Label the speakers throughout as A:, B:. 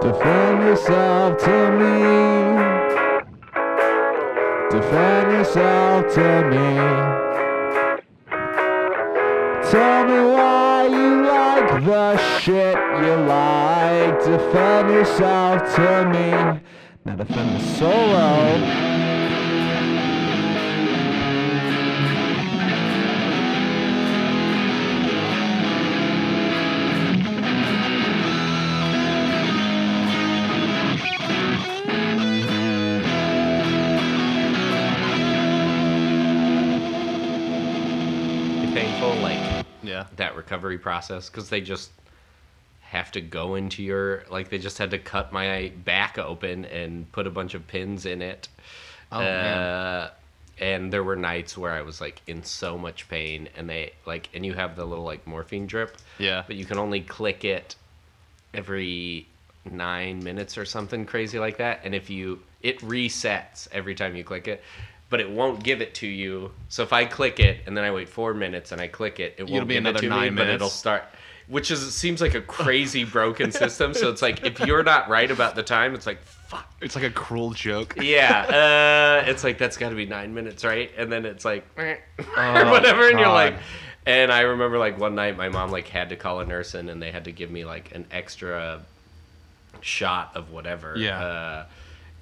A: Defend yourself to me. Defend yourself to me. Tell me why you like the shit you like. Defend yourself to me. Now defend the solo.
B: painful, like
C: Yeah.
B: that recovery process, because they just have to go into your like they just had to cut my back open and put a bunch of pins in it.
C: Oh, man.
B: uh, and there were nights where I was like in so much pain, and they like and you have the little like morphine drip,
C: Yeah.
B: but you can only click it every nine minutes or something crazy like that. And if you, it resets every time you click it, but it won't give it to you. So if I click it and then I wait four minutes and I click it, it won't
C: It'll be
B: give
C: another
B: it to
C: nine
B: me, but it'll
C: minutes.
B: start. Which is seems like a crazy broken system. So it's like if you're not right about the time, it's like fuck.
C: It's like a cruel joke.
B: Yeah, uh, it's like that's got to be nine minutes, right? And then it's like or whatever, and you're
C: Oh, God.
B: like. And I remember like one night my mom like had to call a nurse in, and they had to give me like an extra shot of whatever.
C: Yeah.
B: Uh,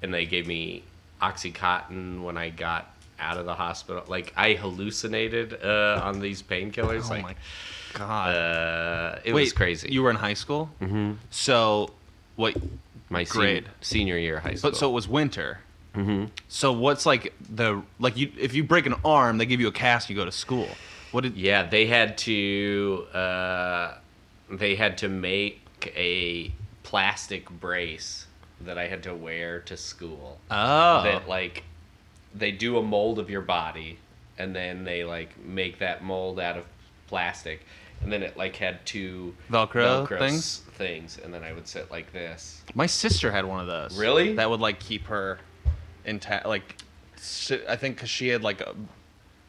B: and they gave me oxycontin when I got out of the hospital. Like I hallucinated uh, on these painkillers.
C: Oh
B: like
C: my god.
B: uh, it
C: Wait,
B: was crazy.
C: You were in high school. Mm-hmm. So, what?
B: my sen-
C: grade.
B: senior year of high school.
C: But so it was winter. Mm-hmm. So what's like the like you if you break an arm they give you a cast and you go to school. What did?
B: Yeah, they had to uh, they had to make a plastic brace that I had to wear to school.
C: Oh.
B: That like they do a mold of your body and then they like make that mold out of plastic and then it like had two
C: Velcro
B: Velcro
C: things?
B: things and then I would sit like this.
C: My sister had one of those.
B: Really?
C: That would like keep her intact. Like, si- I think because she had like a.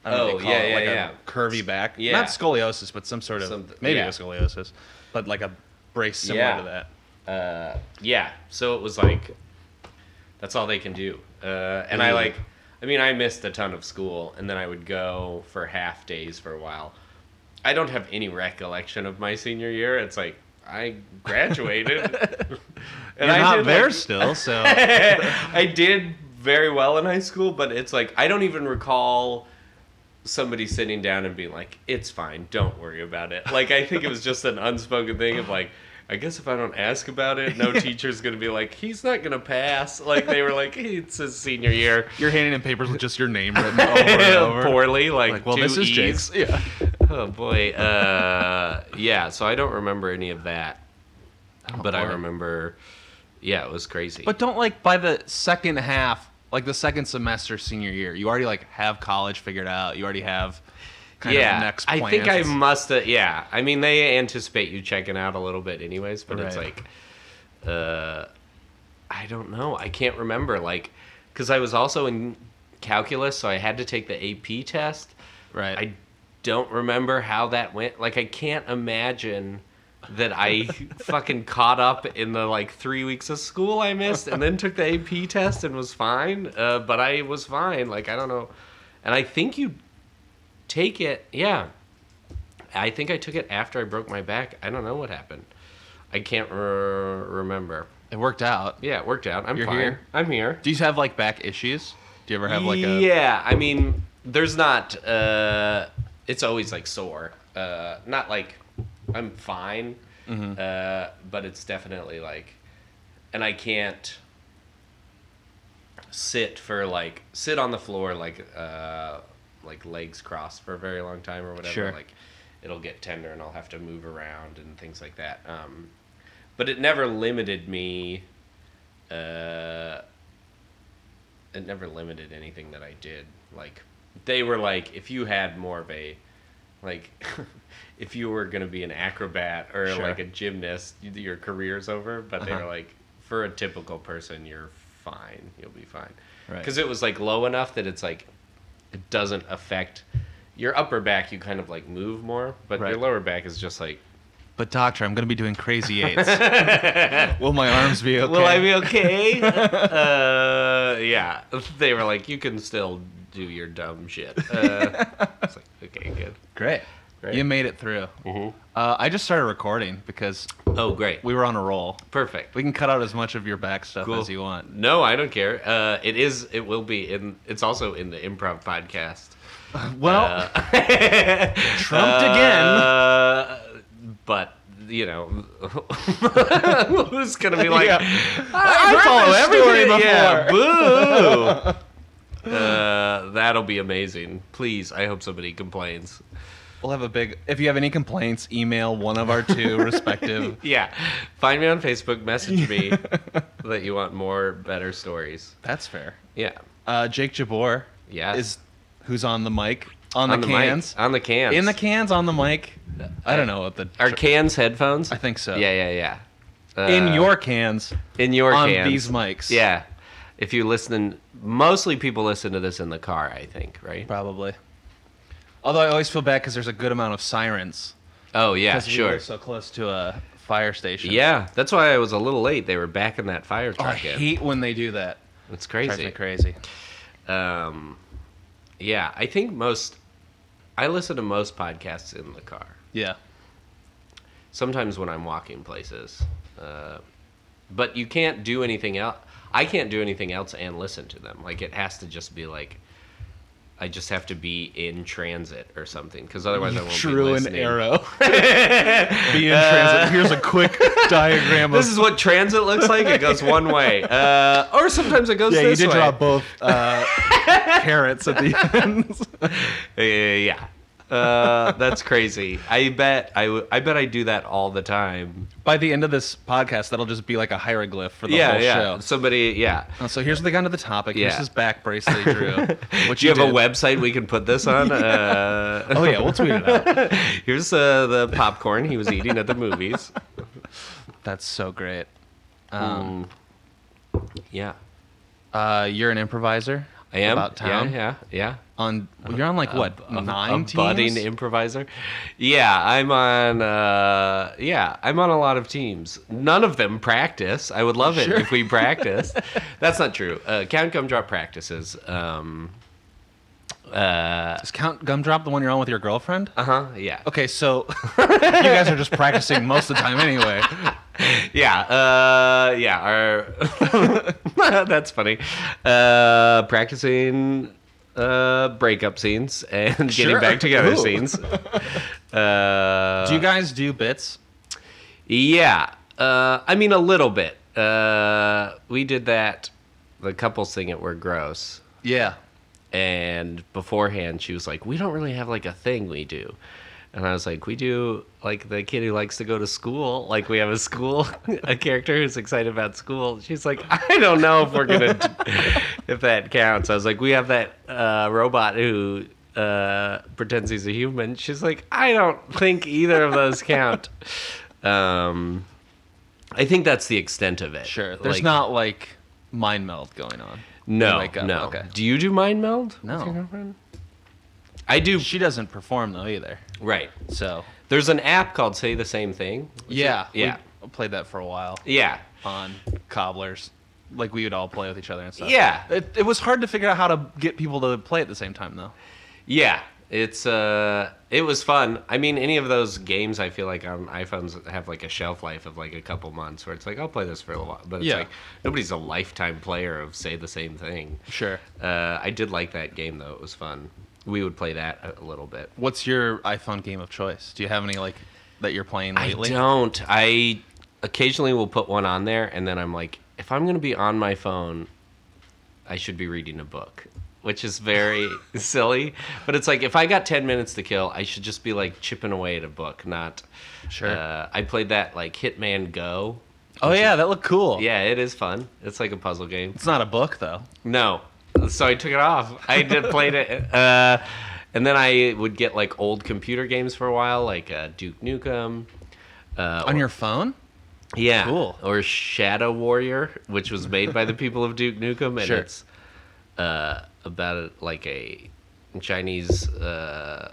C: I don't know
B: Oh,
C: what they call
B: yeah,
C: it,
B: yeah,
C: like
B: yeah.
C: a curvy back.
B: Yeah.
C: Not scoliosis, but some sort of
B: Some-
C: maybe
B: yeah.
C: it was scoliosis, but like a brace similar
B: Yeah.
C: to that.
B: yeah so it was like that's all they can do uh, and i
C: Mm.
B: like i mean i missed a ton of school and then i would go for half days for a while i don't have any recollection of my senior year it's like i graduated and
C: You're not
B: did,
C: there
B: like-
C: still, so
B: I did very well in high school, but it's like I don't even recall somebody sitting down and being like, "It's fine, don't worry about it." Like I think it was just an unspoken thing of like, I guess if I don't ask about it, no teacher's gonna be like, "He's not gonna pass." Like they were like, "It's his senior year."
C: you're handing in papers with just your name written over and over.
B: Poorly, like,
C: Like, well,
B: two
C: this is
B: E's.
C: Jake's. Yeah.
B: Oh boy. Uh, yeah. So I don't remember any of that, but I
C: Oh, boy.
B: remember. Yeah, it was crazy.
C: But don't like by the second half, like the second semester senior year, you already like have college figured out. You already have kind of next plans.
B: I think I must have. Yeah, I mean they anticipate you checking out a little bit, anyways. But it's
C: Right.
B: like, uh, I don't know. I can't remember. Like, because I was also in calculus, so I had to take the AP test.
C: right.
B: I don't remember how that went. Like, I can't imagine that I fucking caught up in the like three weeks of school I missed and then took the AP test and was fine. Uh, but I was fine. Like, I don't know. And I think you take it. Yeah. I think I took it after I broke my back. I don't know what happened. I can't re- remember.
C: it worked out.
B: Yeah, it worked out. I'm
C: You're
B: fine.
C: here.
B: I'm here.
C: Do you have like back issues? Do you ever have like a
B: yeah i mean there's not uh it's always like sore uh not like i'm fine
C: Mm-hmm.
B: uh but it's definitely like and i can't sit for like sit on the floor like uh like legs crossed for a very long time or whatever
C: Sure.
B: like it'll get tender and i'll have to move around and things like that um but it never limited me uh it never limited anything that I did. Like they were like, if you had more of a like if you were gonna be an acrobat or
C: Sure.
B: like a gymnast, y- your career's over. But they
C: Uh-huh.
B: were like, for a typical person, you're fine. You'll be fine.
C: Right.
B: Because it was like low enough that it's like it doesn't affect your upper back. You kind of like move more, but
C: Right.
B: your lower back is just like
C: But doctor, I'm gonna be doing crazy eights. Will my arms be okay?
B: Will I be okay? uh, yeah. They were like, you can still do your dumb shit. Uh, I was like, okay, good.
C: Great.
B: Great.
C: You made it through.
B: Mm-hmm.
C: Uh, I just started recording because
B: Oh, great.
C: we were on a roll.
B: Perfect.
C: We can cut out as much of your back stuff
B: Cool.
C: as you want.
B: No, I don't care. Uh, it is. It will be in. It's also in the improv podcast.
C: Well, trumped again.
B: Uh, but you know, who's gonna be like?
C: Yeah.
B: I,
C: heard
B: follow
C: this
B: every Yeah,
C: story
B: boo. Uh, that'll be amazing. Please, I hope somebody complains.
C: We'll have a big. If you have any complaints, email one of our two respective.
B: Yeah, find me on Facebook. Message me that you want more better stories.
C: That's fair.
B: Yeah,
C: Uh, Jake Jabor.
B: Yes.
C: Is who's on the mic on, the,
B: mic. Oh,
C: cans
B: on the cans,
C: in the cans on the mic. I don't know what the.
B: Are cans headphones?
C: I think so.
B: Yeah, yeah, yeah. Uh,
C: in your cans
B: in your
C: on
B: cans.
C: these mics.
B: Yeah. If you listen, mostly people listen to this in the car, I think, right?
C: Probably. Although I always feel bad because there's a good amount of sirens.
B: Oh, yeah,
C: 'Cause We
B: sure.
C: live so close to a fire station.
B: Yeah, that's why I was a little late. They were back in that fire
C: Oh, I
B: truck. in.
C: hate when they do that.
B: It's
C: Drives
B: crazy.
C: me crazy.
B: Um, yeah, I think most, I listen to most podcasts in the car.
C: Yeah.
B: Sometimes when I'm walking places. Uh, but you can't do anything else. I can't do anything else and listen to them. Like, it has to just be like, I just have to be in transit or something, because otherwise I won't be
C: True and
B: listening.
C: arrow. Be in transit. Here's a quick diagram of.
B: This is what transit looks like. It goes one way, uh, or sometimes it goes
C: yeah, you
B: this
C: did
B: way.
C: draw both uh, carrots at the ends.
B: Uh, yeah, uh, that's crazy. I bet I, w- I bet I do that all the time.
C: By the end of this podcast, that'll just be like a hieroglyph for the
B: yeah,
C: whole
B: yeah.
C: show.
B: Somebody, yeah.
C: Uh, So here's what they got into the topic. Here's
B: Yeah.
C: his back bracelet, he drew. Which
B: Do you have
C: did.
B: a website we can put this on? uh,
C: Oh yeah, we'll tweet it out.
B: Here's uh, the popcorn he was eating at the movies.
C: That's so great. Um,
B: Yeah,
C: uh, you're an improviser.
B: I am.
C: about town.
B: Yeah, yeah,
C: On you're on like what
B: yeah.
C: nine
B: a
C: teams?
B: budding improviser. Yeah, I'm on. Uh, yeah, I'm on a lot of teams. None of them practice. I would love it if we practiced. That's not true. Uh, Count Gumdrop practices. Um,
C: Is Count Gumdrop the one you're on with your girlfriend?
B: uh huh. Yeah.
C: Okay, so you guys are just practicing most of the time anyway.
B: Yeah. Uh, yeah. Our that's funny. Uh, practicing uh, breakup scenes and
C: Sure.
B: getting back together
C: Ooh.
B: scenes. Uh,
C: Do you guys do bits?
B: Yeah. Uh, I mean, a little bit. Uh, we did that. The couples thing at We're Gross.
C: Yeah.
B: And beforehand, she was like, We don't really have like a thing we do. And I was like, We do like the kid who likes to go to school. Like, we have a school, a character who's excited about school. She's like, I don't know if we're going to, if that counts. I was like, We have that uh, robot who uh, pretends he's a human. She's like, I don't think either of those count. Um, I think that's the extent of it.
C: Sure. There's
B: Like,
C: not like mind meld going on.
B: no,
C: Wake up,
B: no.
C: okay.
B: Do you do mind meld? with
C: No.
B: your girlfriend? I do.
C: She doesn't perform though either.
B: Right.
C: So
B: There's an app called Say the Same Thing.
C: yeah, we
B: yeah.
C: played that for a while
B: Yeah.
C: on cobblers. Like we would all play with each other and stuff.
B: Yeah.
C: It, it was hard to figure out how to get people to play at the same time though.
B: Yeah. It's uh it was fun. I mean any of those games I feel like on iPhones have like a shelf life of like a couple months where it's like I'll play this for a little while. But it's
C: Yeah.
B: like nobody's a lifetime player of Say the Same Thing.
C: Sure.
B: Uh I did like that game though. It was fun. We would play that a- a little bit.
C: What's your iPhone game of choice? Do you have any like that you're playing
B: I
C: lately?
B: don't. I occasionally will put one on there, and then I'm like, if I'm gonna be on my phone, I should be reading a book, which is very silly. But it's like if I got ten minutes to kill, I should just be like chipping away at a book, not.
C: Sure.
B: Uh, I played that like Hitman Go.
C: oh yeah, that looked cool.
B: Yeah, it is fun. It's like a puzzle game.
C: It's not a book though.
B: No, so I took it off. I did played it, uh, and then I would get like old computer games for a while, like uh, Duke Nukem. Uh,
C: On your phone?
B: Yeah.
C: Cool.
B: Or Shadow Warrior, which was made by the people of Duke Nukem, and
C: Sure.
B: it's uh, about a, like a Chinese uh,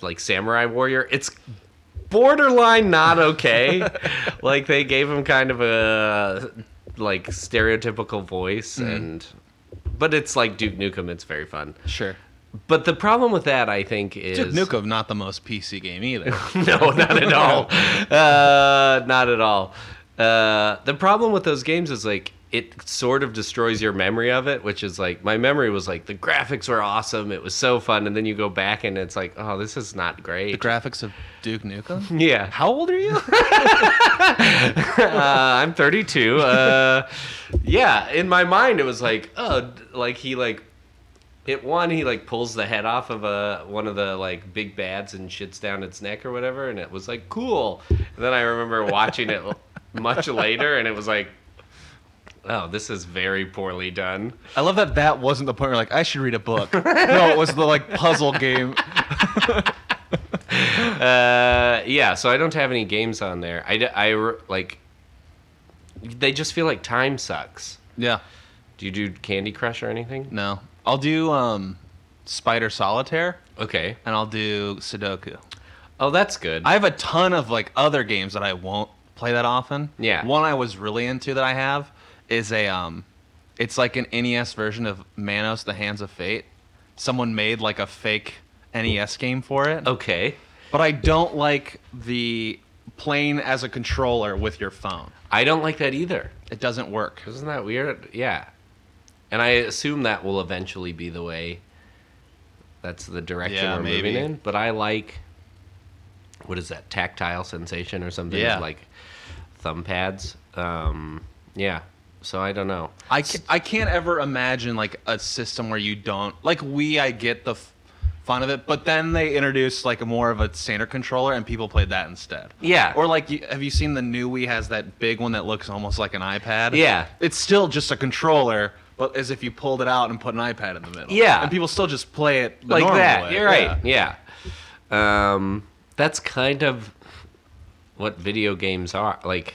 B: like samurai warrior. It's borderline not okay. like they gave him kind of a like stereotypical voice
C: Mm-hmm.
B: and but it's like Duke Nukem, it's very fun.
C: Sure.
B: But the problem with that I think is
C: Duke Nukem, not the most PC game either.
B: no, not at all. Uh, not at all. Uh, the problem with those games is like it sort of destroys your memory of it, which is like my memory was like the graphics were awesome, it was so fun, and then you go back and it's like, oh, this is not
C: the
B: great.
C: graphics of Duke Nukem.
B: yeah,
C: How old are you?
B: uh, I'm 32. Uh, yeah, in my mind it was like, oh, d- like he like it one he like pulls the head off of a one of the like big bads and shits down its neck or whatever, and it was like cool. And then I remember watching it l- much later, and it was like, oh, this is very poorly done.
C: I love that that wasn't the point where like I should read a book. no, it was the like puzzle game.
B: Uh, yeah, so I don't have any games on there. I d- I re- like they just feel like time sucks.
C: Yeah.
B: Do you do Candy Crush or anything?
C: No. I'll do um Spider Solitaire
B: Okay.
C: and I'll do Sudoku.
B: Oh, that's good.
C: I have a ton of like other games that I won't play that often.
B: Yeah.
C: One I was really into that I have is a um, it's like an NES version of Manos: The Hands of Fate. Someone made like a fake NES game for it.
B: Okay.
C: But I don't like the playing as a controller with your phone.
B: I don't like that either.
C: It doesn't work.
B: Isn't that weird? Yeah. And I assume that will eventually be the way that's the direction
C: Yeah,
B: we're
C: maybe.
B: moving in. But I like what is that, tactile sensation or something?
C: Yeah.
B: Like thumb pads. Um, yeah. So I don't know.
C: I ca- I can't ever imagine like a system where you don't like we I get the f- fun of it, but then they introduced like more of a standard controller and people played that instead.
B: Yeah.
C: Or like you, have you seen the new Wii has that big one that looks almost like an iPad?
B: Yeah.
C: It's still just a controller, but as if you pulled it out and put an iPad in the middle.
B: Yeah.
C: And people still just play it the
B: like
C: normal
B: that.
C: way.
B: You're
C: Yeah.
B: right. Yeah. Um, that's kind of what video games are. Like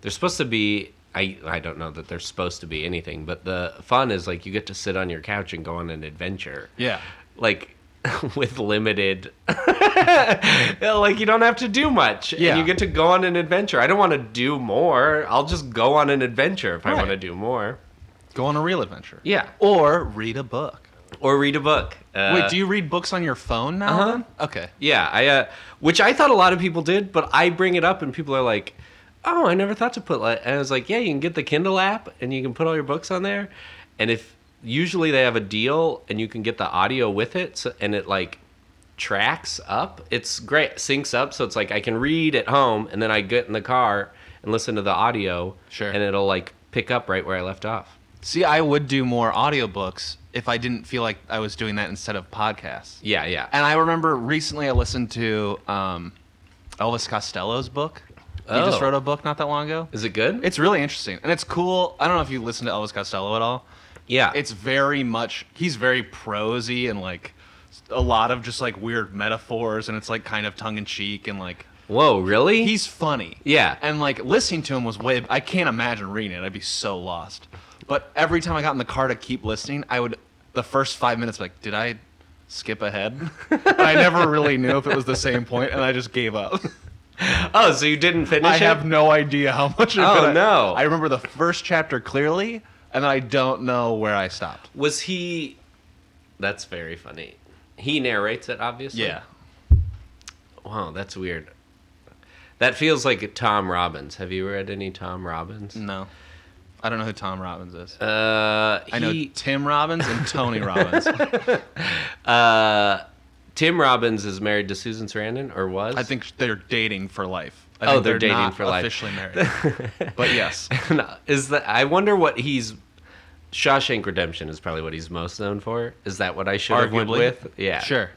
B: they're supposed to be. I I don't know that they're supposed to be anything, but the fun is like you get to sit on your couch and go on an adventure.
C: Yeah.
B: Like. With limited, like you don't have to do much,
C: Yeah.
B: and you get to go on an adventure. I don't want to do more. I'll just go on an adventure if I
C: Right.
B: want to do more,
C: Go on a real adventure.
B: Yeah.
C: Or read a book.
B: or read a book. Uh,
C: Wait, do you read books on your phone now?
B: uh-huh.
C: then? Okay.
B: Yeah, I uh, which I thought a lot of people did, but I bring it up and people are like, "Oh, I never thought to put." Like, and I was like, "Yeah, you can get the Kindle app and you can put all your books on there." And if usually they have a deal and you can get the audio with it, so, and it like tracks up. It's great, syncs up, so it's like I can read at home and then I get in the car and listen to the audio,
C: Sure.
B: and it'll like pick up right where I left off.
C: See, I would do more audiobooks if I didn't feel like I was doing that instead of podcasts.
B: Yeah, yeah.
C: And I remember recently I listened to um, Elvis Costello's book. He just
B: Oh.
C: wrote a book not that long ago.
B: Is it good?
C: It's really interesting and it's cool. I don't know if you listen to Elvis Costello at all.
B: yeah.
C: It's very much he's very prosy and like a lot of just like weird metaphors and it's like kind of tongue in cheek and like
B: whoa, really?
C: he's funny.
B: Yeah.
C: And like listening to him was way I can't imagine reading it. I'd be so lost. But every time I got in the car to keep listening, I would the first five minutes be like, did I skip ahead? and I never really knew if it was the same point and I just gave up.
B: oh, so you didn't finish
C: I
B: it?
C: have no idea how much of
B: Oh,
C: it I-
B: no.
C: I remember the first chapter clearly and I don't know where I stopped.
B: Was he? That's very funny. He narrates it, obviously.
C: Yeah.
B: Wow, that's weird. That feels like Tom Robbins. Have you read any Tom Robbins?
C: No. I don't know who Tom Robbins is.
B: Uh,
C: I know
B: he-
C: Tim Robbins and Tony Robbins.
B: uh, Tim Robbins is married to Susan Sarandon, or was?
C: I think they're dating for life. I
B: Oh,
C: think
B: they're dating
C: not
B: for life.
C: Officially married, but yes,
B: No, is that? I wonder what he's. Shawshank Redemption is probably what he's most known for. Is that what I should have went
C: Arguably.
B: with? Yeah.
C: sure.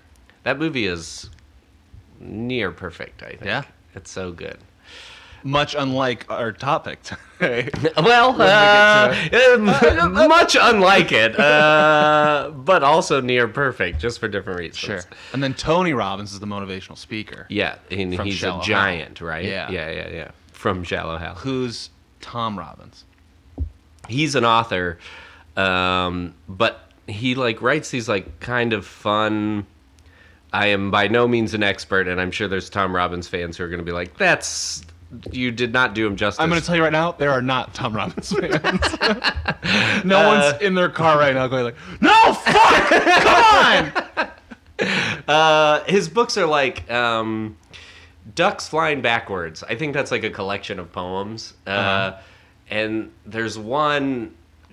B: That movie is near perfect. I think.
C: Yeah?
B: It's so good.
C: Much unlike our topic today.
B: Well, uh,
C: we
B: um,
C: uh,
B: much unlike it, uh, but also near perfect, just for different reasons.
C: sure. And then Tony Robbins is the motivational speaker,
B: Yeah, and
C: From
B: he's
C: Shallow
B: a
C: Hal.
B: giant, right?
C: Yeah.
B: yeah, yeah, yeah. From Shallow Hal.
C: who's Tom Robbins.
B: he's an author um, but he like writes these like kind of fun I am by no means an expert, and I'm sure there's Tom Robbins fans who are going to be like, "That's you did not do him justice."
C: I'm going to tell you right now, there are not Tom Robbins fans. no
B: Uh,
C: one's in their car right now going like, "No, fuck, come on!"
B: uh, his books are like um, ducks flying backwards. I think that's like a collection of poems. Uh,
C: Uh-huh.
B: And there's one,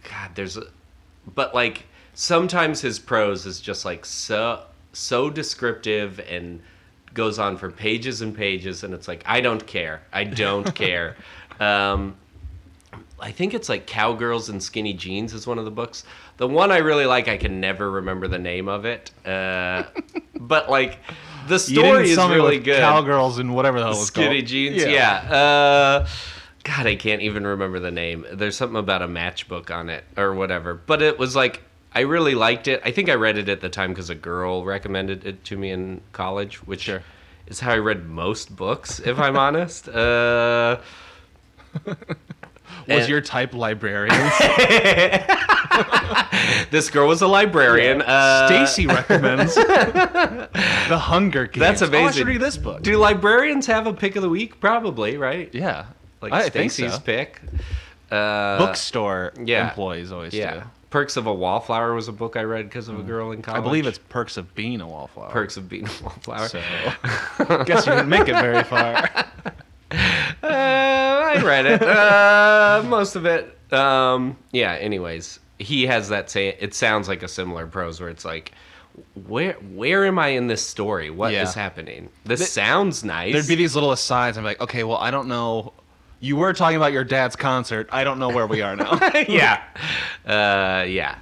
B: God, there's, a, but like sometimes his prose is just like so so descriptive and goes on for pages and pages, and it's like I don't care, I don't care. Um, I think it's like Cowgirls and Skinny Jeans is one of the books. The one I really like, I can never remember the name of it. Uh, but like, the
C: You
B: story
C: didn't
B: is
C: tell me
B: really
C: with
B: good.
C: Cowgirls and whatever the hell it was
B: Skinny
C: called.
B: Jeans, yeah. Uh, God, I can't even remember the name. There's something about a matchbook on it or whatever. But it was like I really liked it. I think I read it at the time because a girl recommended it to me in college, which is how I read most books, if I'm honest. Uh,
C: Was
B: And-
C: your type librarian?
B: this girl was a librarian. Uh,
C: Stacy recommends The Hunger Games.
B: That's
C: Oh, I
B: amazing.
C: should read this book.
B: Do librarians have a pick of the week? Probably, right?
C: yeah,
B: Like
C: I think
B: Stacy's
C: so.
B: pick. Uh,
C: Bookstore
B: yeah.
C: employees always
B: Yeah.
C: do.
B: Perks of a Wallflower was a book I read because of a girl in college.
C: Mm. I believe it's Perks of Being a Wallflower.
B: Perks of Being a Wallflower.
C: So, guess you didn't make it very far.
B: Uh, I read it. Uh, most of it. Um, yeah. Anyways, he has that say. It sounds like a similar prose where it's like, where where am I in this story? What is
C: Yeah.
B: happening? This sounds nice.
C: There'd be these little asides. I'm like, okay, well, I don't know. You were talking about your dad's concert. I don't know where we are now.
B: yeah. Uh, yeah.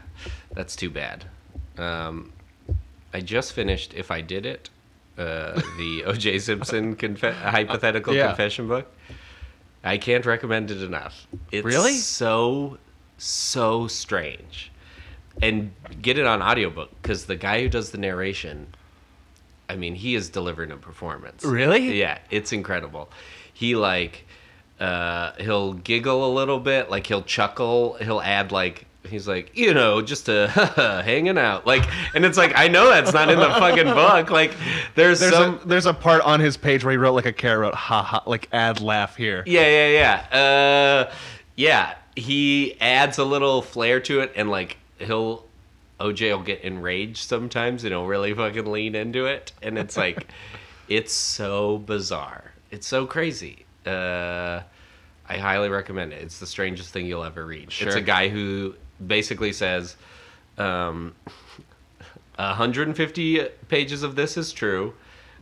B: That's too bad. Um, I just finished If I Did It, uh, the O.J. Simpson confe- hypothetical
C: Yeah.
B: confession book. I can't recommend it enough. It's
C: Really?
B: so, so strange. And get it on audiobook because the guy who does the narration, I mean, he is delivering a performance.
C: Really?
B: Yeah, it's incredible. He like uh he'll giggle a little bit, like he'll chuckle, he'll add like he's like, you know, just a hanging out. Like and it's like I know that's not in the fucking book. Like there's,
C: There's
B: some
C: a there's a part on his page where he wrote like a carrot, wrote, ha ha, like add laugh here.
B: Yeah, yeah, yeah. Uh, yeah, he adds a little flair to it, and like he'll OJ will get enraged sometimes, and he'll really fucking lean into it, and it's like, it's so bizarre, it's so crazy. Uh, I highly recommend it. It's the strangest thing you'll ever read. It's
C: Sure.
B: a guy who basically says, um, 150 pages of this is true.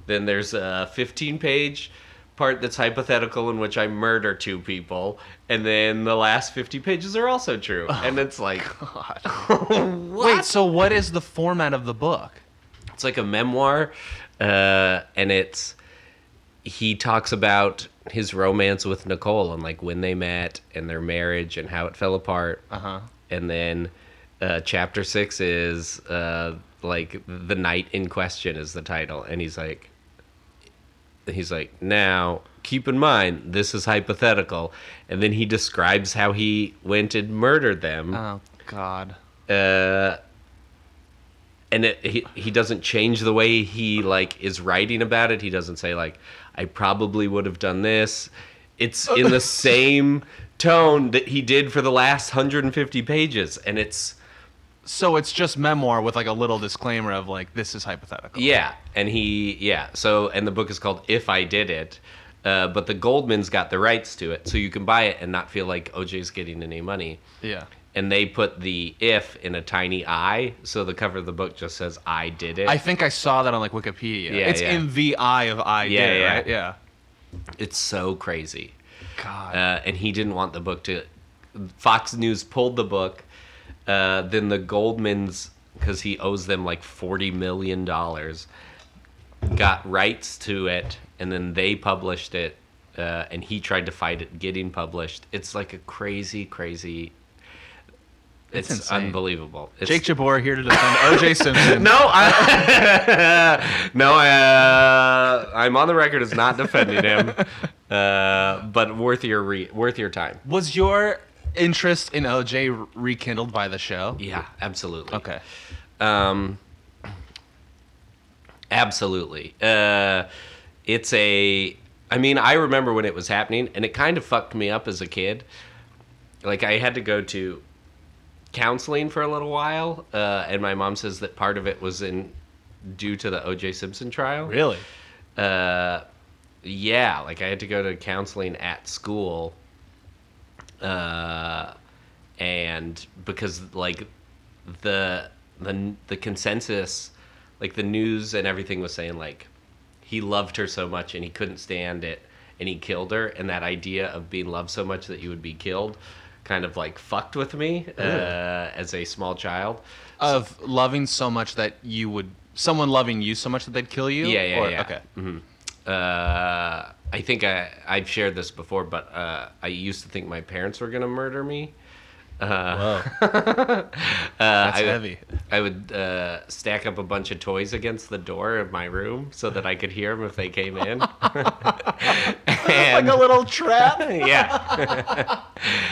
B: Then there's a 15 page part that's hypothetical in which I murder two people. And then the last 50 pages are also true. and it's like,
C: Wait, so what is the format of the book?
B: it's like a memoir. Uh, and it's, he talks about his romance with Nicole and like when they met and their marriage and how it fell apart.
C: Uh huh.
B: and then uh, chapter six is uh, like the night in question is the title, and he's like, he's like, now keep in mind this is hypothetical, and then he describes how he went and murdered them,
C: Oh God.
B: uh, and it, he he doesn't change the way he like is writing about it. He doesn't say like I probably would have done this. It's in the same tone that he did for the last 150 pages, and it's
C: So it's just memoir with like a little disclaimer of like this is hypothetical.
B: yeah, and he yeah. So and the book is called If I Did It. Uh, but the Goldmans got the rights to it, so you can buy it and not feel like OJ's getting any money.
C: Yeah.
B: And they put the if in a tiny I, so the cover of the book just says I did it.
C: I think I saw that on like Wikipedia.
B: Yeah,
C: it's
B: yeah.
C: in the eye of I
B: Yeah,
C: did,
B: yeah.
C: right? Yeah.
B: It's so crazy.
C: God.
B: Uh, and he didn't want the book to. Fox News pulled the book. Uh, then the Goldmans, because he owes them like $40 million, got rights to it. And then they published it. Uh, and he tried to fight it getting published. It's like a crazy, crazy. It's,
C: It's insane.
B: unbelievable. It's,
C: Jake Jabor here to defend O.J. Simpson.
B: no, I, no, uh, I'm on the record as not defending him, uh, but worth your re- worth your time.
C: Was your interest in O.J. rekindled by the show?
B: Yeah, absolutely.
C: Okay.
B: Um, Absolutely. Uh, it's a. I mean, I remember when it was happening, and it kind of fucked me up as a kid. Like, I had to go to counseling for a little while, uh, and my mom says that part of it was in due to the O.J. Simpson trial.
C: Really?
B: Uh, yeah, like I had to go to counseling at school. Uh, and because like the the the consensus, like the news and everything was saying like he loved her so much and he couldn't stand it and he killed her and that idea of being loved so much that you would be killed kind of like fucked with me uh, as a small child.
C: Of loving so much that you would someone loving you so much that they'd kill you?
B: Yeah, yeah,
C: Or-
B: yeah. Mm-hmm.
C: Okay.
B: uh, I think I, I've shared this before, but uh, I used to think my parents were gonna murder me. Uh,
C: That's
B: I,
C: heavy.
B: I would uh, stack up a bunch of toys against the door of my room so that I could hear them if they came in. and,
C: Like a little trap.
B: yeah.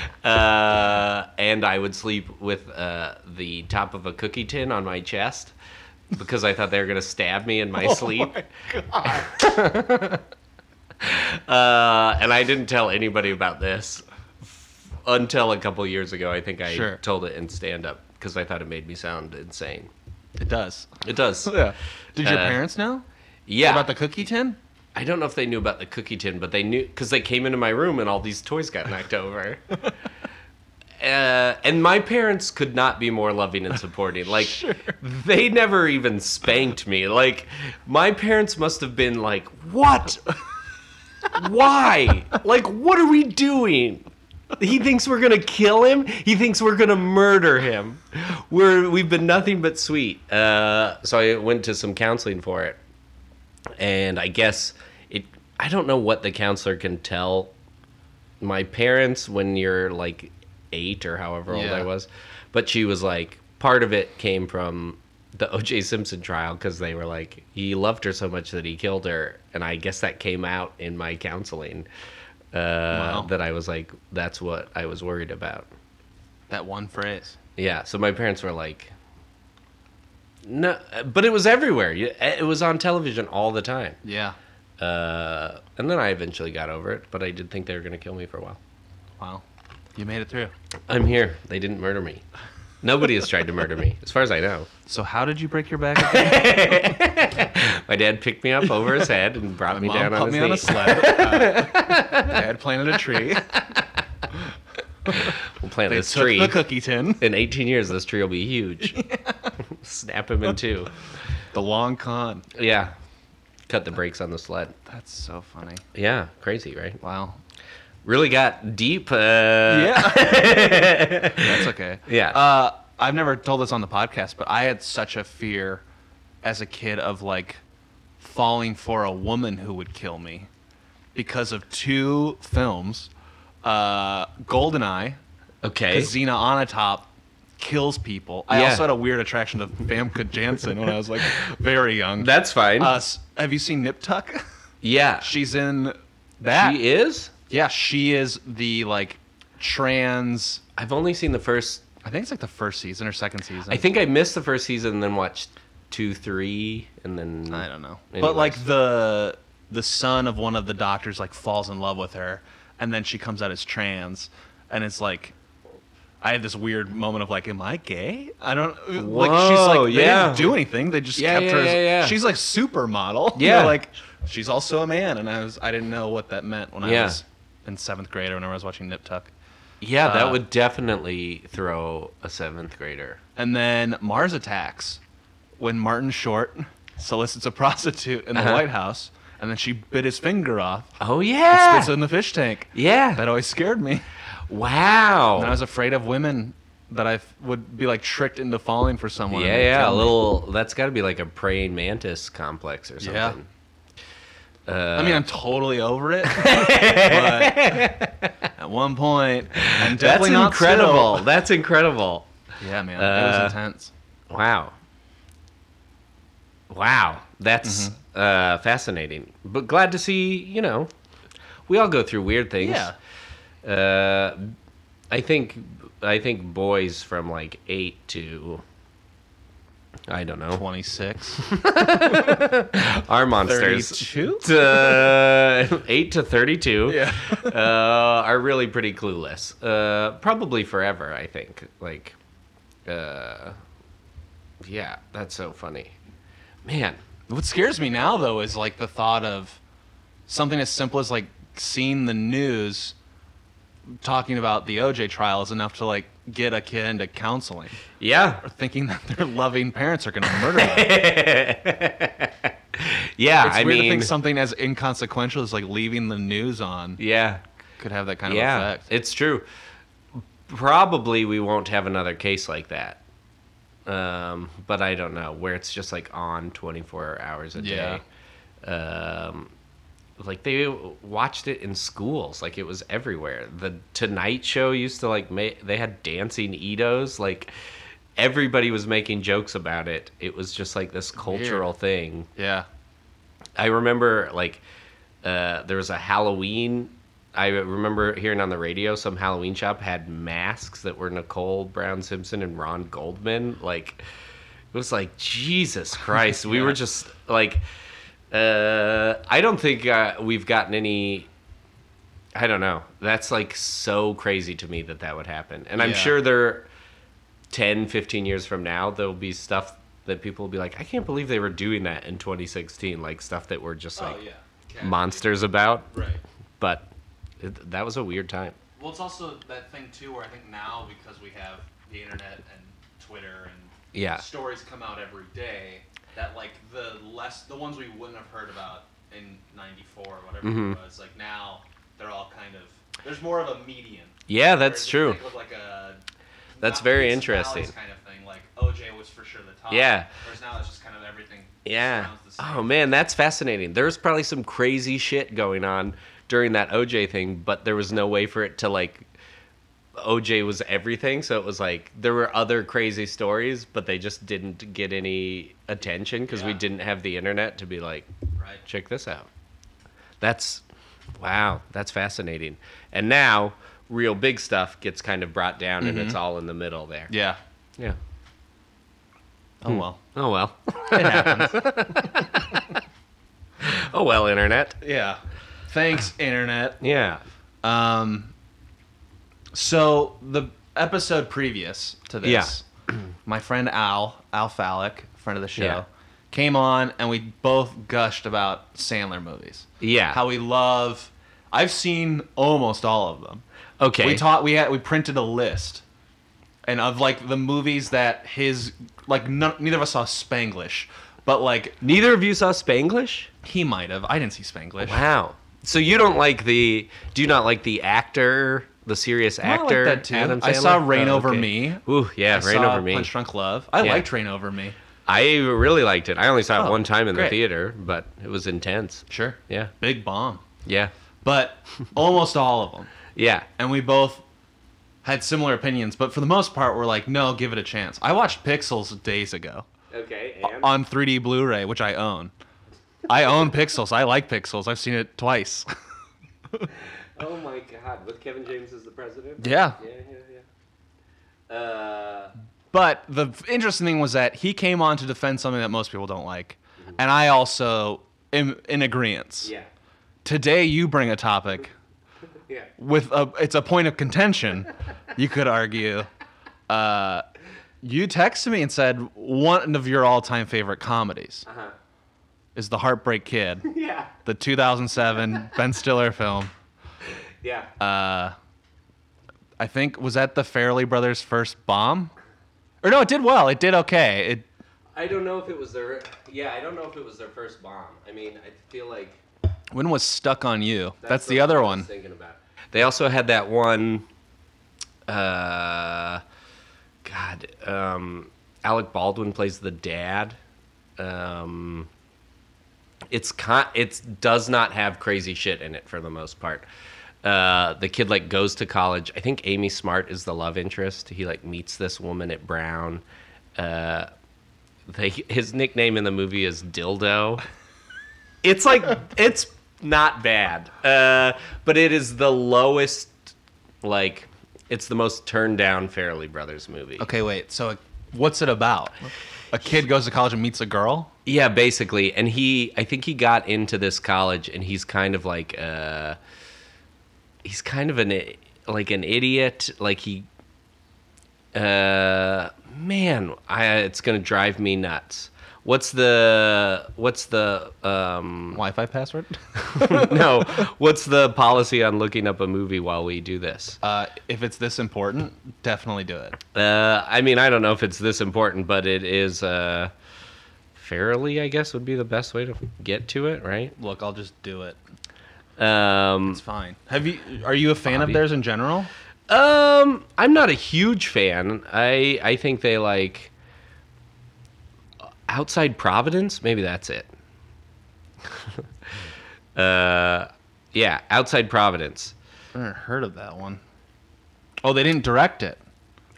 B: uh, and I would sleep with uh, the top of a cookie tin on my chest because I thought they were gonna stab me in my
C: Oh
B: sleep. uh, and I didn't tell anybody about this until a couple years ago. I think I
C: Sure.
B: told it in stand up because I thought it made me sound insane.
C: It does.
B: It does.
C: Did your
B: Uh,
C: parents know?
B: Yeah.
C: About the cookie tin?
B: I don't know if they knew about the cookie tin, but they knew because they came into my room and all these toys got knocked over. uh, and my parents could not be more loving and supporting. Like, they never even spanked me. Like, my parents must have been like, "What? Why? Like, what are we doing?" He thinks we're gonna kill him. He thinks we're gonna murder him. We're we've been nothing but sweet. Uh, so I went to some counseling for it and I guess it. I don't know what the counselor can tell my parents when you're like eight or however old
C: Yeah.
B: I was, but she was like, part of it came from the O.J. Simpson trial because they were like, he loved her so much that he killed her, and I guess that came out in my counseling uh,
C: Wow.
B: that I was like, that's what I was worried about.
C: That one phrase.
B: Yeah, so my parents were like, no, but it was everywhere. You- eh, It was on television all the time.
C: Yeah.
B: Uh, and then I eventually got over it, but I did think they were going to kill me for a while.
C: Wow. You made it through.
B: I'm here. They didn't murder me. Nobody has tried to murder me, as far as I know.
C: So how did you break your back? again?
B: My dad picked me up over his head and brought me
C: Mom
B: down
C: put
B: on his
C: me
B: knee.
C: on a sled. Uh, Dad planted a tree.
B: we'll plant
C: They
B: this
C: took
B: tree.
C: the cookie tin.
B: In 18 years, this tree will be huge. Snap him in two.
C: The long con.
B: Yeah. Cut the brakes on the sled.
C: That's so funny.
B: Yeah, crazy, right?
C: Wow.
B: Really got deep. Uh, yeah.
C: That's okay.
B: Yeah.
C: Uh, I've never told this on the podcast, but I had such a fear as a kid of like falling for a woman who would kill me because of two films. Uh, Goldeneye,
B: Okay.
C: because Xena Onatop kills people. I
B: Yeah.
C: also had a weird attraction to Famke Janssen when I was like very young.
B: That's fine.
C: uh, s- have you seen Nip Tuck?
B: yeah. She,
C: She's in that.
B: is?
C: Yeah, she is the like trans.
B: I've only seen the first
C: I think it's like the first season or second season.
B: I think I missed the first season, and then watched two, three, and then
C: I don't know.
B: Anyways.
C: But like the the son of one of the doctors like falls in love with her, and then she comes out as trans, and it's like. I had this weird moment of like, am I gay? I don't like. She's
B: Whoa,
C: like, they
B: yeah.
C: didn't do anything. They just
B: Yeah,
C: kept
B: yeah,
C: her. as-
B: yeah, yeah.
C: She's like supermodel.
B: Yeah.
C: They're like she's also a man, and I was I didn't know what that meant when
B: Yeah.
C: I was in seventh grade or whenever I was watching Nip Tuck.
B: Yeah, that
C: Uh,
B: would definitely throw a seventh grader.
C: And then Mars Attacks, when Martin Short solicits a prostitute in the
B: Uh-huh.
C: White House, and then she bit his finger off,
B: Oh
C: and
B: yeah,
C: spits it in the fish tank.
B: yeah.
C: That always scared me.
B: wow.
C: And I was afraid of women that I f- would be like tricked into falling for someone. and
B: yeah,
C: they'd
B: yeah. A
C: kill me.
B: little. That's got to be like a praying mantis complex or
C: Yeah.
B: something.
C: I mean, I'm totally over it. but at one point, I'm
B: That's
C: definitely not
B: incredible. That's incredible.
C: still. Yeah, man, it
B: Uh,
C: was intense.
B: Wow. Wow. That's
C: Mm-hmm.
B: uh, fascinating. But glad to see, you know, we all go through weird things.
C: Yeah.
B: Uh, I think I think boys from like 8 to I don't know.
C: 26,
B: Our monsters.
C: 32.
B: Uh, 8 to 32
C: Yeah.
B: uh, are really pretty clueless. Uh, probably forever, I think. Like, uh, yeah, that's so funny. Man,
C: What scares me now though is like the thought of something as simple as like seeing the news talking about the OJ trial is enough to like get a kid into counseling,
B: yeah,
C: thinking that their loving parents are going to murder them.
B: yeah.
C: It's
B: I
C: weird to
B: mean,
C: think something as inconsequential as like leaving the news on
B: yeah.
C: could have that kind
B: yeah,
C: of effect.
B: it's true. Probably we won't have another case like that. Um, but I don't know where it's just like on 24 hours a
C: Yeah.
B: day. Um, like they watched it in schools, like it was everywhere. The Tonight Show used to like ma- they had dancing Edos, like everybody was making jokes about it. It was just like this cultural thing
C: Yeah.
B: I remember like uh, there was a Halloween. I remember hearing on the radio some Halloween shop had masks that were Nicole Brown Simpson and Ron Goldman. Like it was like Jesus Christ. We were just like uh, I don't think uh, we've gotten any. I don't know. That's like so crazy to me that that would happen. And I'm
C: Yeah.
B: sure there 10, 15 years from now, there'll be stuff that people will be like, I can't believe they were doing that in 2016. Like stuff that were
C: Oh,
B: just like monsters about.
C: Right.
B: But it, that was a weird time.
C: Well, it's also that thing too, where I think now because we have the internet and Twitter and
B: Yeah.
C: stories come out every day, that like the less the ones we wouldn't have heard about in '94 or whatever it
B: Mm-hmm.
C: was, like now they're all kind of there's more of a median.
B: Yeah,
C: Whereas
B: that's
C: if you
B: true.
C: think of, like, a-
B: That's
C: not
B: very
C: personalities
B: interesting.
C: Kind of thing, like OJ was for sure the top.
B: Yeah.
C: Whereas now it's just kind of everything.
B: Yeah.
C: surrounds the same.
B: Oh man, that's fascinating. There's probably some crazy shit going on during that OJ thing, but there was no way for it to like OJ was everything, so it was like there were other crazy stories, but they just didn't get any attention because we
C: Yeah.
B: didn't have the internet to be like,
C: Right.
B: check this out. That's wow, that's fascinating. And now real big stuff gets kind of brought down and it's all in the middle there.
C: Mm-hmm. Yeah.
B: Yeah.
C: Oh well.
B: Oh well.
C: It happens.
B: Oh well, internet.
C: yeah. Thanks, internet.
B: Yeah.
C: Um, so the episode previous to this, my friend Al, Al Fallick, friend of the show,
B: Yeah.
C: came on and we both gushed about Sandler movies.
B: Yeah.
C: How we love. I've seen almost all of them.
B: Okay.
C: We taught. We had. We printed a list, and of like the movies that his like none, neither of us saw Spanglish, but like
B: Neither of you saw Spanglish?
C: he might have. I didn't see Spanglish.
B: Wow. So you don't like the do you not like the actor, the serious
C: I like
B: actor?
C: that too.
B: Adam
C: I saw
B: Sandler? Oh,
C: Rain Over Me.
B: Ooh, yeah,
C: I
B: Rain
C: saw
B: Over Me.
C: Punch Drunk Love. I
B: Yeah.
C: liked Rain Over Me.
B: I really liked it. I only saw it
C: Oh,
B: one time in
C: great.
B: the theater, but it was intense.
C: Sure.
B: Yeah.
C: Big bomb.
B: Yeah.
C: But almost all of them.
B: Yeah.
C: And we both had similar opinions, but for the most part, we're like, no, give it a chance. I watched Pixels days ago
B: Okay.
C: on 3D Blu ray, which I own. I own Pixels. I like Pixels. I've seen it twice.
B: oh my god, with Kevin James as the president?
C: yeah.
B: yeah, yeah. Uh
C: But the f- interesting thing was that he came on to defend something that most people don't like. And I also am in agreement. Today, you bring a topic
B: Yeah.
C: with a it's a point of contention, you could argue. Uh, you texted me and said one of your all-time favorite comedies
B: Uh-huh.
C: is The Heartbreak Kid,
B: Yeah.
C: the 2007 Ben Stiller film.
B: Yeah.
C: I think was that the Farrelly brothers' first bomb, or no? It did well. It did okay. It
B: I don't know if it was their yeah, I don't know if it was their first bomb. I mean, I feel like
C: when was Stuck on You? That's, the other
B: one I was
C: one.
B: thinking about. They also had that one. Uh, God, um, Alec Baldwin plays the dad. Um, it's con- it's does not have crazy shit in it for the most part. Uh, the kid like goes to college. I think Amy Smart is the love interest. He like meets this woman at Brown. Uh, they, his nickname in the movie is Dildo. It's like it's not bad, uh, but it is the lowest. Like it's the most turned down Fairly Brothers movie.
C: Okay, wait. So a what's it about? A kid goes to college and meets a girl.
B: Yeah, basically. And he, I think he got into this college, and he's kind of like, uh, he's kind of an i- like an idiot. Like he, uh, man, I, it's gonna drive me nuts. What's the what's the um
C: Wi-Fi password.
B: no what's the policy on looking up a movie while we do this?
C: Uh, if it's this important, definitely do it.
B: Uh, I mean, I don't know if it's this important, but it is uh, fairly, I guess, would be the best way to get to it, right?
C: Look, I'll just do it.
B: Um,
C: It's fine. Have you? Are you a fan
B: Bobby.
C: of theirs in general?
B: Um, I'm not a huge fan. I I think they like outside Providence. Maybe that's it. uh, yeah, outside Providence.
C: I never heard of that one. Oh, they didn't direct it.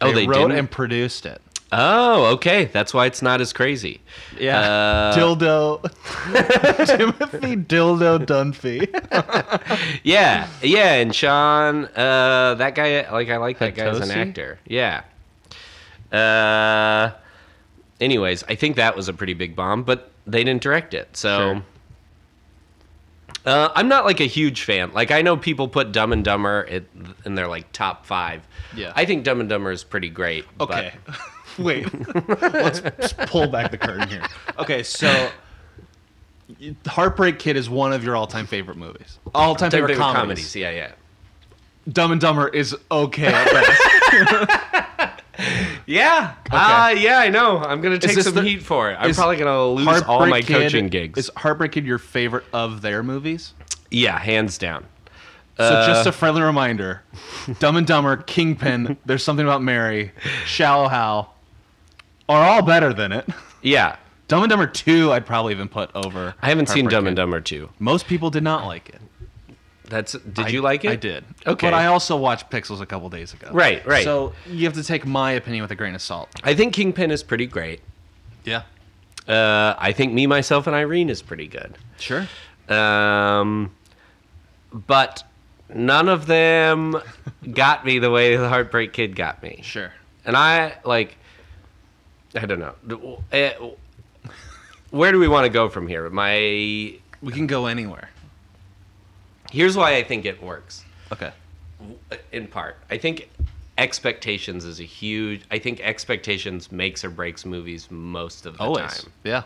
B: Oh, they
C: wrote
B: didn't?
C: and produced it.
B: Oh, okay. That's why it's not as crazy. Uh,
C: dildo. Timothy Dildo Dunphy.
B: Yeah, yeah. And Sean, uh, that guy, like, I like that guy as an
C: Petosi?
B: actor. Yeah. Uh, anyways, I think that was a pretty big bomb, but they didn't direct it, so.
C: Sure.
B: Uh, I'm not like a huge fan. Like I know people put Dumb and Dumber it, in their like top five.
C: Yeah.
B: I think Dumb and Dumber is pretty great. but-
C: Okay. Wait. Let's just pull back the curtain here. Okay, so you- Heartbreak Kid is one of your all-time favorite movies. All-time
B: Dumb and
C: favorite,
B: Dumber
C: comedies.
B: comedies. Yeah, yeah,
C: Dumb and Dumber is okay at best.
B: yeah. Ah, yeah. I know. I'm gonna take
C: this
B: some
C: the-
B: heat for it. I'm
C: is
B: probably gonna lose all
C: Heartbreak
B: my
C: Kid-
B: coaching gigs.
C: Is Heartbreak Kid your favorite of their movies?
B: yeah, hands down.
C: So
B: Uh,
C: just a friendly reminder: Dumb and Dumber, Kingpin, There's Something About Mary, Shallow Hal, are all better than it.
B: Yeah.
C: Dumb and Dumber Two, I'd probably even put over.
B: I haven't seen
C: Heartbreak
B: Dumb
C: Kid.
B: and Dumber 2.
C: Most people did not like it.
B: That's did
C: I-
B: you like it?
C: I did.
B: Okay.
C: but I also watched Pixels a couple days ago.
B: Right, right.
C: So you have to take my opinion with a grain of salt.
B: I think Kingpin is pretty great.
C: Yeah,
B: Uh, I think Me Myself and Irene is pretty good.
C: sure.
B: Um, but none of them got me the way the Heartbreak Kid got me.
C: Sure.
B: And I like I don't know. Eh, Where do we want to go from here? My
C: We can go anywhere.
B: Here's why I think it works.
C: Okay.
B: in part. I think expectations is a huge. I think expectations makes or breaks movies most of the
C: Always.
B: time.
C: Yeah.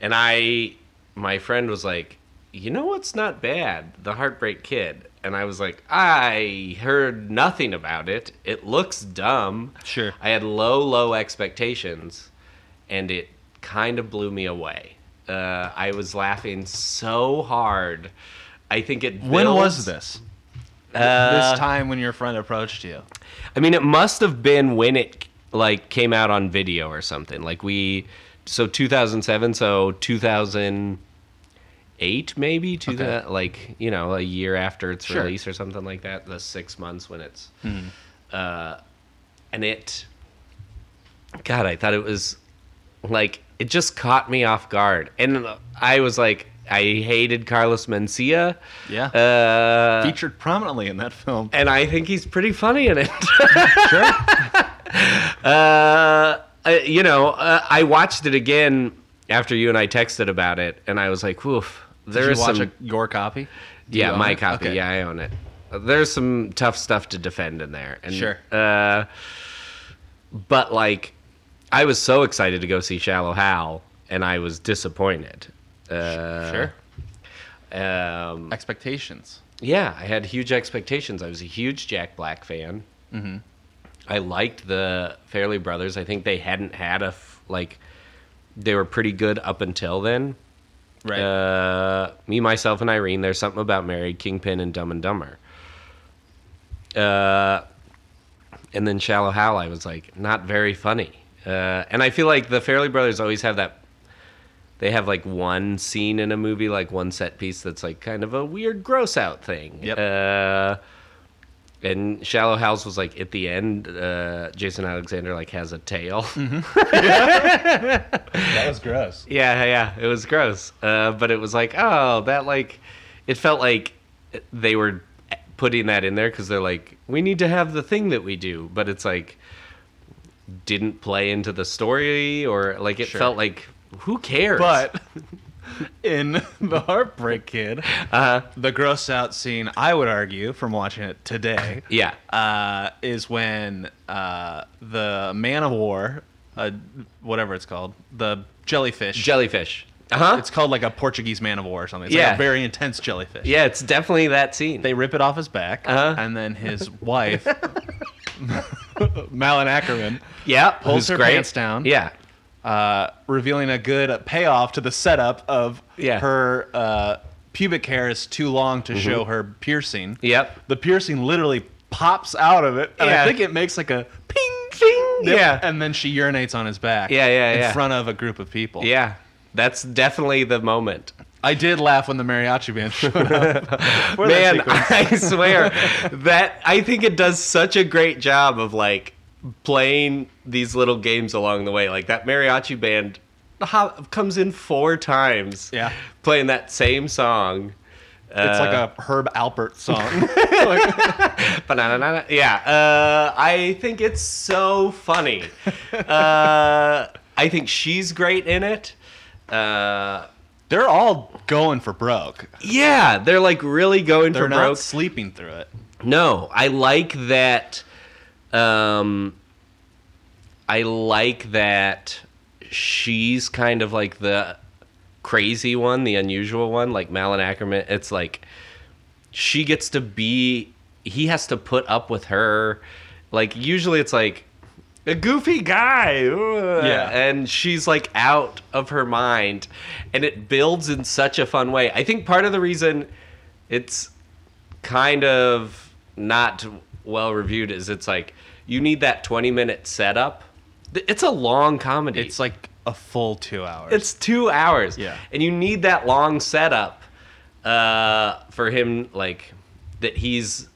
B: And I, my friend was like, "You know what's not bad? The Heartbreak Kid." And I was like, "I heard nothing about it. It looks dumb."
C: Sure.
B: I had low, low expectations, and it kind of blew me away. Uh, I was laughing so hard. I think it.
C: When was
B: builds-
C: this?
B: Uh,
C: this time when your friend approached you.
B: I mean, it must have been when it like came out on video or something. Like we, so 2007, so 2008 maybe to
C: Okay.
B: the like you know a year after its
C: Sure. Mm-hmm.
B: release or something like that. The six months when it's, uh, and it. God, I thought it was like it just caught me off guard, and I was like, I hated Carlos Mencia.
C: Yeah.
B: Uh,
C: Featured prominently in that film.
B: and I think he's pretty funny in it.
C: Sure.
B: uh, I- you know, uh, I watched it again after you and I texted about it, and I was like, "Woof."
C: Did
B: There
C: you
B: is
C: watch
B: some,
C: a, your copy? Do you
B: yeah,
C: own
B: my
C: it?
B: copy.
C: Okay.
B: Yeah, I own it. Uh, There's some tough stuff to defend in there, and
C: Sure.
B: Uh, but like, I was so excited to go see Shallow Hal, and I was disappointed. Uh,
C: sure.
B: Um,
C: Expectations.
B: yeah, I had huge expectations. I was a huge Jack Black fan. Mm-hmm. I liked the Fairley Brothers. I think they hadn't had a f- like they were pretty good up until then.
C: Right.
B: Uh, me, myself, and Irene. There's something about Mary, Kingpin, and Dumb and Dumber. Uh, and then Shallow Hal, I was like, not very funny. Uh, and I feel like the Fairley Brothers always have that. They have like one scene in a movie, like one set piece that's like kind of a weird, gross out thing.
C: Yep.
B: Uh, and Shallow Hal's was like at the end, uh, Jason Alexander like has a tail.
C: that was gross.
B: Yeah, yeah, it was gross. Uh, but it was like, oh, that like, it felt like they were putting that in there because they're like, we need to have the thing that we do, but it's like, didn't play into the story or like it
C: Sure.
B: felt like who cares?
C: But in The Heartbreak Kid,
B: Uh-huh.
C: uh, the gross out scene, I would argue, from watching it today,
B: yeah.
C: uh, is when uh, the man of war, uh, whatever it's called, the jellyfish.
B: Jellyfish. Uh-huh.
C: It's called like a Portuguese man of war or something. It's like
B: Yeah.
C: a very intense jellyfish.
B: Yeah, it's definitely that scene.
C: They rip it off his back,
B: Uh-huh.
C: and then his wife, Malin Ackerman,
B: yeah, pulls
C: her pants down.
B: Yeah.
C: uh, revealing a good payoff to the setup of
B: Yeah.
C: her uh, pubic hair is too long to show her piercing.
B: Mm-hmm. Yep.
C: The piercing literally pops out of it, and I
B: Yeah.
C: think it makes like a ping, ping.
B: Yeah.
C: And then she urinates on his back.
B: Yeah, yeah,
C: In
B: yeah.
C: front of a group of people.
B: Yeah. That's definitely the moment.
C: I did laugh when the mariachi band showed up. for that
B: Man,
C: sequence.
B: I swear that I think it does such a great job of like playing these little games along the way. Like that mariachi band ho- comes in four times.
C: Yeah.
B: Playing that same song.
C: it's like
B: Uh.
C: a Herb Alpert song. Like-
B: Banana, yeah. Uh, I think it's so funny. Uh, I think she's great in it. Uh,
C: they're all going for broke.
B: yeah, they're like really going
C: They're
B: for
C: not
B: broke.
C: sleeping through it.
B: No, I like that. Um, I like that she's kind of like the crazy one, the unusual one, like Malin Ackerman. It's like she gets to be, he has to put up with her. Like, usually it's like a goofy guy. uh,
C: Yeah.
B: And she's like out of her mind. And it builds in such a fun way. I think part of the reason it's kind of not well reviewed is it's like you need that 20 minute setup. Th- It's a long comedy.
C: It's like a full two hours.
B: it's 2 hours.
C: Yeah.
B: And you need that long setup uh for him like that he's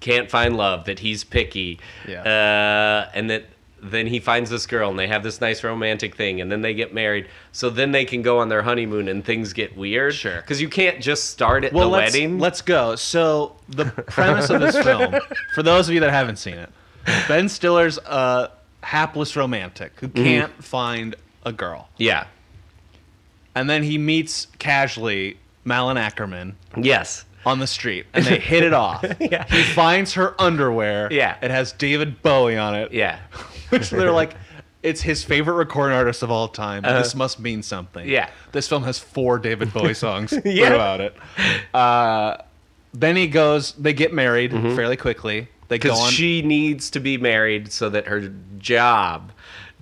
B: can't find love, that he's picky.
C: Yeah.
B: Uh and that then he finds this girl and they have this nice romantic thing and then they get married. So then they can go on their honeymoon and things get weird.
C: Sure.
B: Cuz you can't just start at the
C: let's,
B: wedding.
C: Let's go. So the premise of this film, for those of you that haven't seen it, Ben Stiller's a hapless romantic who
B: Mm-hmm.
C: can't find a girl,
B: yeah.
C: and then he meets casually Malin Ackerman
B: Yes.
C: on the street, and they hit it off.
B: Yeah.
C: He finds her underwear.
B: Yeah.
C: it has David Bowie on it.
B: Yeah.
C: which they're like. It's his favorite recording artist of all time. this must mean something.
B: Uh-huh. Yeah.
C: This film has four David Bowie songs
B: Yeah.
C: throughout it. Uh, Then he goes. They get married fairly quickly. They go on.
B: Because Mm-hmm. she needs to be married so that her job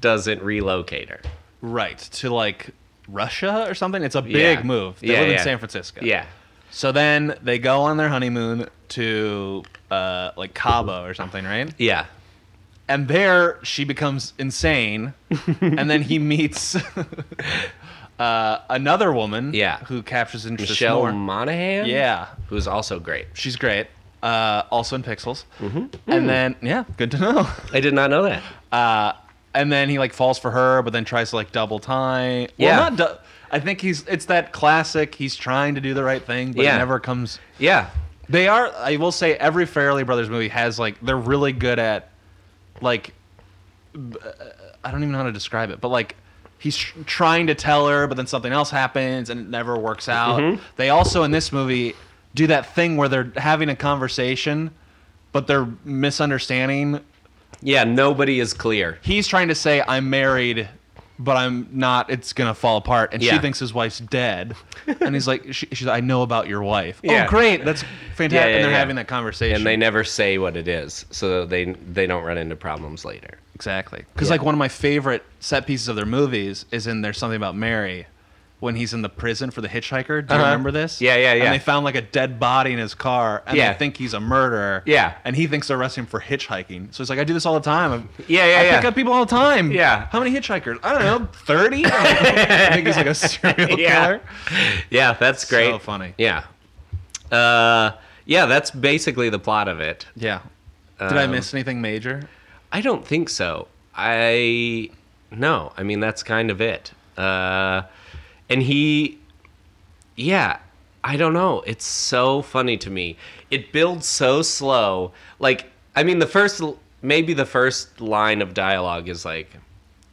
B: doesn't relocate her.
C: right to like Russia or something. It's a big
B: Yeah.
C: move. They
B: Yeah,
C: live in
B: yeah.
C: San Francisco.
B: Yeah.
C: So then they go on their honeymoon to uh, like Cabo or something, right?
B: Yeah.
C: And there she becomes insane, and then he meets uh, another woman.
B: Yeah.
C: Who captures interest
B: Michelle
C: more.
B: Monaghan?
C: Yeah.
B: Who's also great.
C: She's great. Uh, also in Pixels.
B: Mm-hmm. Mm.
C: And then yeah, good to know.
B: I did not know that.
C: Uh, and then he like falls for her, but then tries to like double time.
B: Yeah.
C: Well, not du- I think he's it's that classic. He's trying to do the right thing, but it
B: Yeah.
C: never comes.
B: Yeah.
C: They are. I will say every Farrelly Brothers movie has like they're really good at like b- I don't even know how to describe it, but like he's tr- trying to tell her, but then something else happens and it never works out.
B: Mm-hmm.
C: They also in this movie do that thing where they're having a conversation, but they're misunderstanding
B: Yeah. Nobody is clear.
C: he's trying to say I'm married, but I'm not. It's gonna fall apart, and she
B: Yeah.
C: thinks his wife's dead, and he's like, she, she's, like, I know about your wife.
B: Yeah.
C: Oh, great, that's fantastic.
B: Yeah, yeah,
C: and they're
B: yeah.
C: having that conversation.
B: And they never say what it is, so they they don't run into problems later.
C: exactly because
B: Yeah.
C: like one of my favorite set pieces of their movies is in there's something about Mary. When he's in the prison for the hitchhiker, do you
B: Uh-huh.
C: remember this?
B: Yeah, yeah, yeah.
C: And they found like a dead body in his car, and
B: Yeah.
C: they think he's a murderer.
B: Yeah.
C: and he thinks they're arresting him for hitchhiking. So he's like, "I do this all the time. I'm-
B: Yeah, yeah,
C: I
B: yeah.
C: pick up people all the time.
B: Yeah.
C: How many hitchhikers? I don't know, 30? I think he's like a serial killer.
B: Yeah, that's great.
C: So funny.
B: Yeah. Uh, yeah, that's basically the plot of it.
C: Yeah. Did I
B: Um,
C: miss anything major?
B: I don't think so. I no. I mean, that's kind of it. Uh, and he, yeah, I don't know. It's so funny to me. It builds so slow. Like, I mean, the first l- maybe the first line of dialogue is like,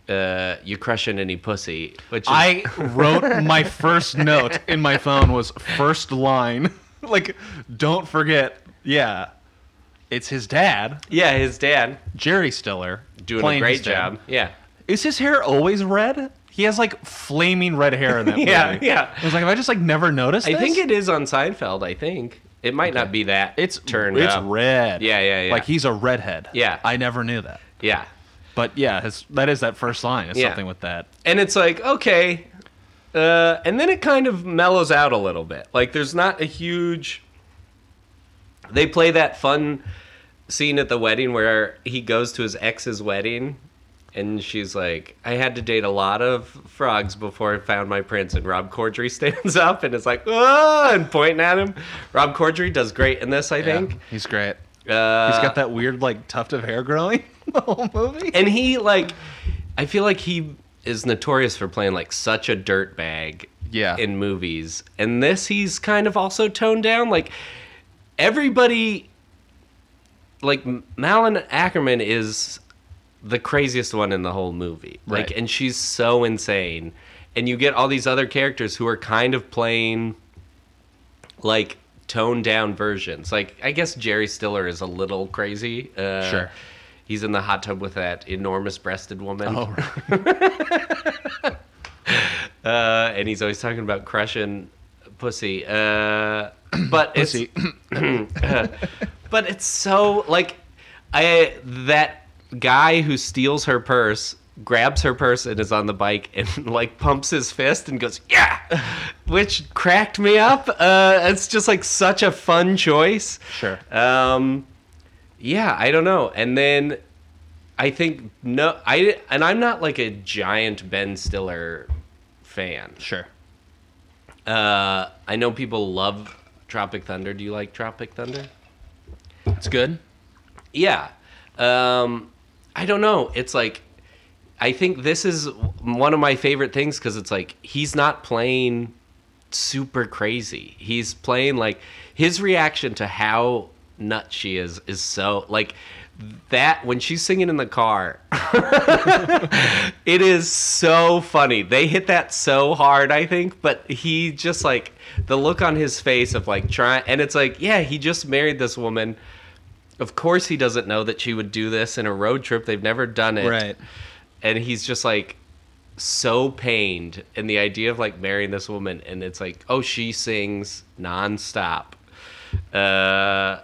B: uh, "You crushing any pussy?" Which is,
C: I wrote my first note in my phone was first line. like, don't forget. Yeah. It's his dad,
B: yeah, his dad
C: Jerry Stiller.
B: doing a
C: playing
B: great
C: his dad.
B: job. Yeah,
C: Is his hair always red? He has like flaming red hair in that
B: Yeah,
C: movie.
B: yeah.
C: I was like, have I just like never noticed
B: I
C: this?
B: think it is on Seinfeld. I think it might not be that.
C: it's
B: turned
C: It's
B: up.
C: red.
B: Yeah, yeah, yeah.
C: Like he's a redhead.
B: Yeah.
C: I never knew that.
B: Yeah,
C: But yeah, his, that is that first line. It's
B: Yeah.
C: something with that.
B: and it's like okay, uh, and then it kind of mellows out a little bit. Like there's not a huge. They play that fun scene at the wedding where he goes to his ex's wedding. And she's like, I had to date a lot of frogs before I found my prince. And Rob Corddry stands up and is like, oh, and pointing at him. Rob Corddry does great in this, I
C: Yeah,
B: think.
C: he's great.
B: Uh,
C: He's got that weird like tuft of hair growing the whole movie.
B: and he like i feel like he is notorious for playing like such a dirt bag
C: Yeah.
B: in movies and this he's kind of also toned down like everybody like M- malin ackerman is the craziest one in the whole movie like
C: Right.
B: and she's so insane and you get all these other characters who are kind of playing like toned down versions. Like I guess Jerry Stiller is a little crazy. Uh,
C: Sure.
B: He's in the hot tub with that enormous breasted woman.
C: Oh, right.
B: Uh, and he's always talking about crushing pussy. Uh, but
C: Pussy.
B: it's but it's so like I that guy who steals her purse grabs her purse and is on the bike and like pumps his fist and goes yeah which cracked me up uh it's just like such a fun choice
C: Sure.
B: um yeah i don't know and then i think no i and i'm not like a giant ben stiller fan
C: Sure.
B: uh i know people love tropic thunder do you like tropic thunder
C: It's good.
B: yeah um i don't know it's like i think this is one of my favorite things because it's like he's not playing super crazy he's playing like his reaction to how nut she is is so like that when she's singing in the car it is so funny they hit that so hard i think but he just like the look on his face of like trying and it's like yeah he just married this woman of course he doesn't know that she would do this in a road trip they've never done it
C: Right.
B: and he's just like so pained in the idea of like marrying this woman and it's like oh she sings nonstop uh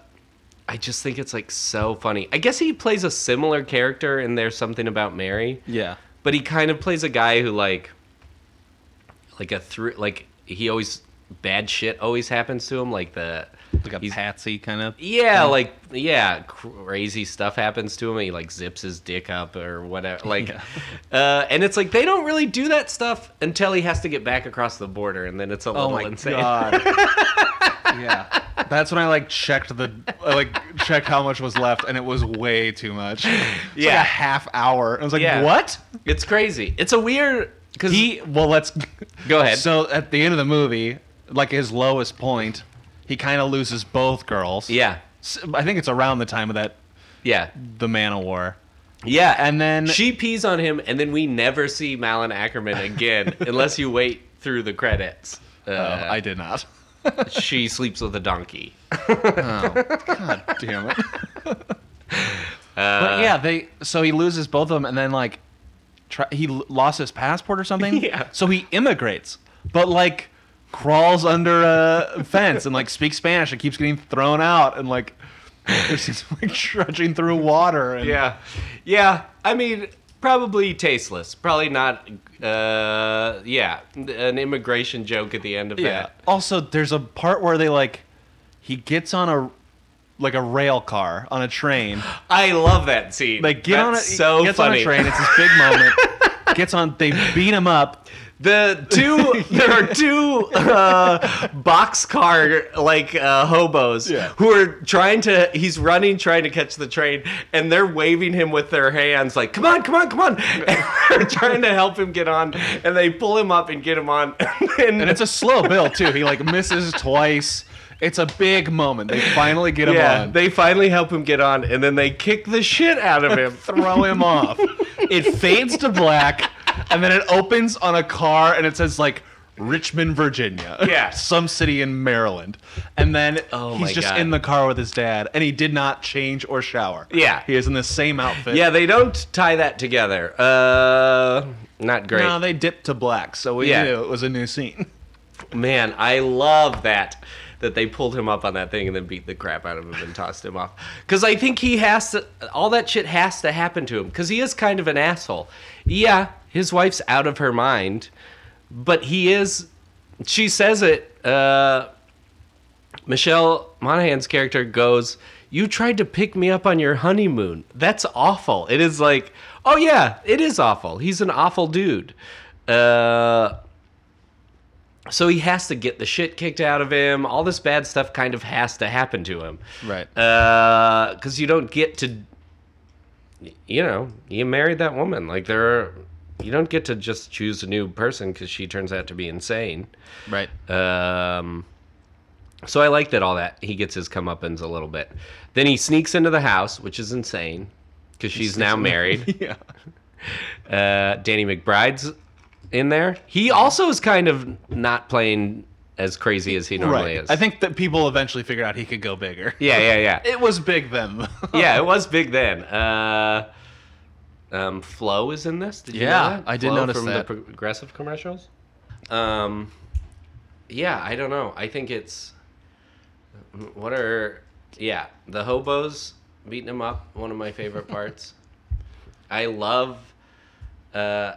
B: i just think it's like so funny i guess he plays a similar character in there's something about mary
C: Yeah.
B: but he kind of plays a guy who like like a through like he always bad shit always happens to him like the
C: Like a
B: he's-
C: patsy kind of.
B: yeah, like yeah, crazy stuff happens to him. He like zips his dick up or whatever. Like, uh, and it's like they don't really do that stuff until he has to get back across the border, and then it's a little insane.
C: Oh god. yeah. That's when I like checked the I, like checked how much was left and it was way too much. It's Like
B: Yeah.
C: a half hour. I was like,
B: Yeah.
C: "What?"
B: It's crazy. It's a weird because
C: He well, let's
B: Go ahead.
C: So at the end of the movie, like his lowest point, he kind of loses both girls.
B: yeah,
C: S- I think it's around the time of that
B: yeah,
C: the Man of War.
B: yeah,
C: And then
B: she pees on him, and then we never see Malin Ackerman again unless you wait through the credits. Uh,
C: Oh, I did not.
B: she sleeps with a donkey.
C: God damn it.
B: Uh,
C: but yeah, they so he loses both of them, and then like, try, he l- lost his passport or something.
B: Yeah.
C: So he immigrates, but like crawls under a fence and like speaks Spanish and keeps getting thrown out and like, he's like trudging through water. And,
B: Yeah, yeah. I mean, probably tasteless. Probably not. Uh, yeah, an immigration joke at the end of
C: Yeah. Also, there's a part where they like, he gets on a like a rail car on a train.
B: that. I love that scene.
C: Like get on a
B: That's so
C: gets
B: funny.
C: on a train. It's his big moment. gets on. They beat him up.
B: The two there are two uh, boxcar like uh, hobos
C: Yeah.
B: who are trying to. He's running, trying to catch the train, and they're waving him with their hands, like "Come on, come on, come on!" And they're trying to help him get on, and they pull him up and get him on. And,
C: And it's a slow build too. He like misses twice. It's a big moment. They finally get him
B: yeah,
C: on.
B: they
C: They
B: finally help him get on, and then they kick the shit out of him.
C: throw him off. It fades to black, and then it opens on a car, and it says like Richmond, Virginia.
B: Yeah.
C: some city in Maryland. And then
B: Oh
C: he's
B: my
C: just
B: God.
C: in the car with his dad, and he did not change or shower.
B: Yeah.
C: he is in the same outfit.
B: yeah, they don't tie that together. Uh, not great.
C: No, they dipped to black, so we
B: Yeah.
C: knew it was a new scene.
B: Man, I love that that they pulled him up on that thing and then beat the crap out of him and tossed him off. Because I think he has to. All that shit has to happen to him because he is kind of an asshole. Yeah, his wife's out of her mind, but he is. She says it. Uh, Michelle Monaghan's character goes, "You tried to pick me up on your honeymoon. That's awful." It is like, oh yeah, it is awful. He's an awful dude. Uh, so he has to get the shit kicked out of him. All this bad stuff kind of has to happen to him.
C: Right.
B: Because you don't get to, you know, you married that woman. Like, there are, you don't get to just choose a new person because she turns out to be insane.
C: Right.
B: Um, so I like that all that. He gets his comeuppance a little bit. Then he sneaks into the house, which is insane because she's now married.
C: yeah.
B: Uh, Danny McBride's in there. He also is kind of not playing as crazy as he normally
C: Right.
B: is.
C: I think that people eventually figured out he could go bigger.
B: Yeah, yeah, yeah.
C: It was big then.
B: yeah, it was big then. Uh, um, Flo is in this. Did you
C: Yeah,
B: know that?
C: I did
B: Flo
C: notice
B: from
C: that.
B: the progressive commercials. Um, yeah, I don't know. I think it's what are yeah the hobos beating him up. One of my favorite parts. I love. Uh,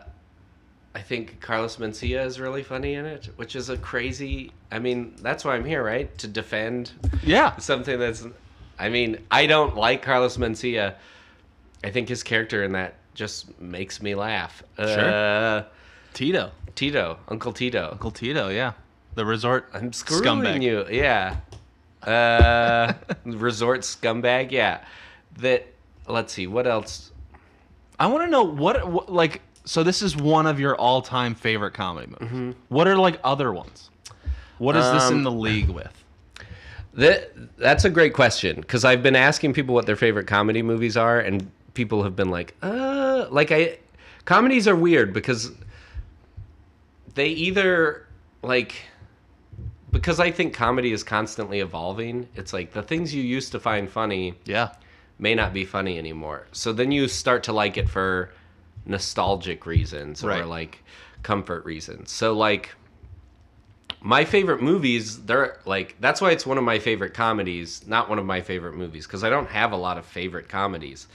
B: I think Carlos Mencia is really funny in it, which is a crazy. I mean, that's why I'm here, right? To defend
C: yeah.
B: something that's I mean, I don't like Carlos Mencia. I think his character in that just makes me laugh. Uh,
C: Tito.
B: Tito, Uncle Tito.
C: Uncle Tito, yeah. The resort
B: I'm screwing
C: scumbag.
B: you. Yeah. Uh, resort scumbag, yeah. That let's see, what else?
C: I want to know what, what like so this is one of your all-time favorite comedy movies. What are like other ones? What is this in
B: Um,
C: the league with?
B: That that's a great question because I've been asking people what their favorite comedy movies are, and people have been like, "Uh, like I." Comedies are weird because they either like because I think comedy is constantly evolving. It's like the things you used to find funny
C: Yeah.
B: may not be funny anymore. So then you start to like it for nostalgic reasons or
C: Right.
B: like comfort reasons. So like my favorite movies, they're like that's why it's one of my favorite comedies, not one of my favorite movies because I don't have a lot of favorite comedies.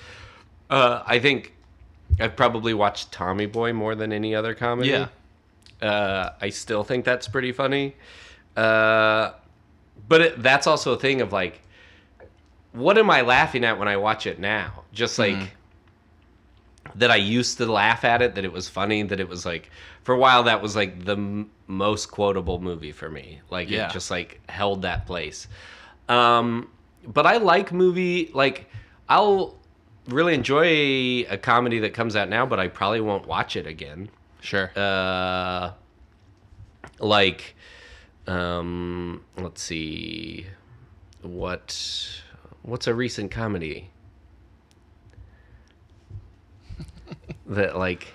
B: Uh, I think I've probably watched Tommy Boy more than any other comedy.
C: Yeah.
B: Uh, I still think that's pretty funny. Uh, but it, that's also a thing of like, what am I laughing at when I watch it now? Just like that I used to laugh at it, that it was funny, that it was like, for a while, that was like the m- most quotable movie for me. Like,
C: Yeah.
B: it just like held that place. Um, but I like movie, like, I'll really enjoy a comedy that comes out now, but I probably won't watch it again
C: Sure.
B: uh, like um let's see what what's a recent comedy that like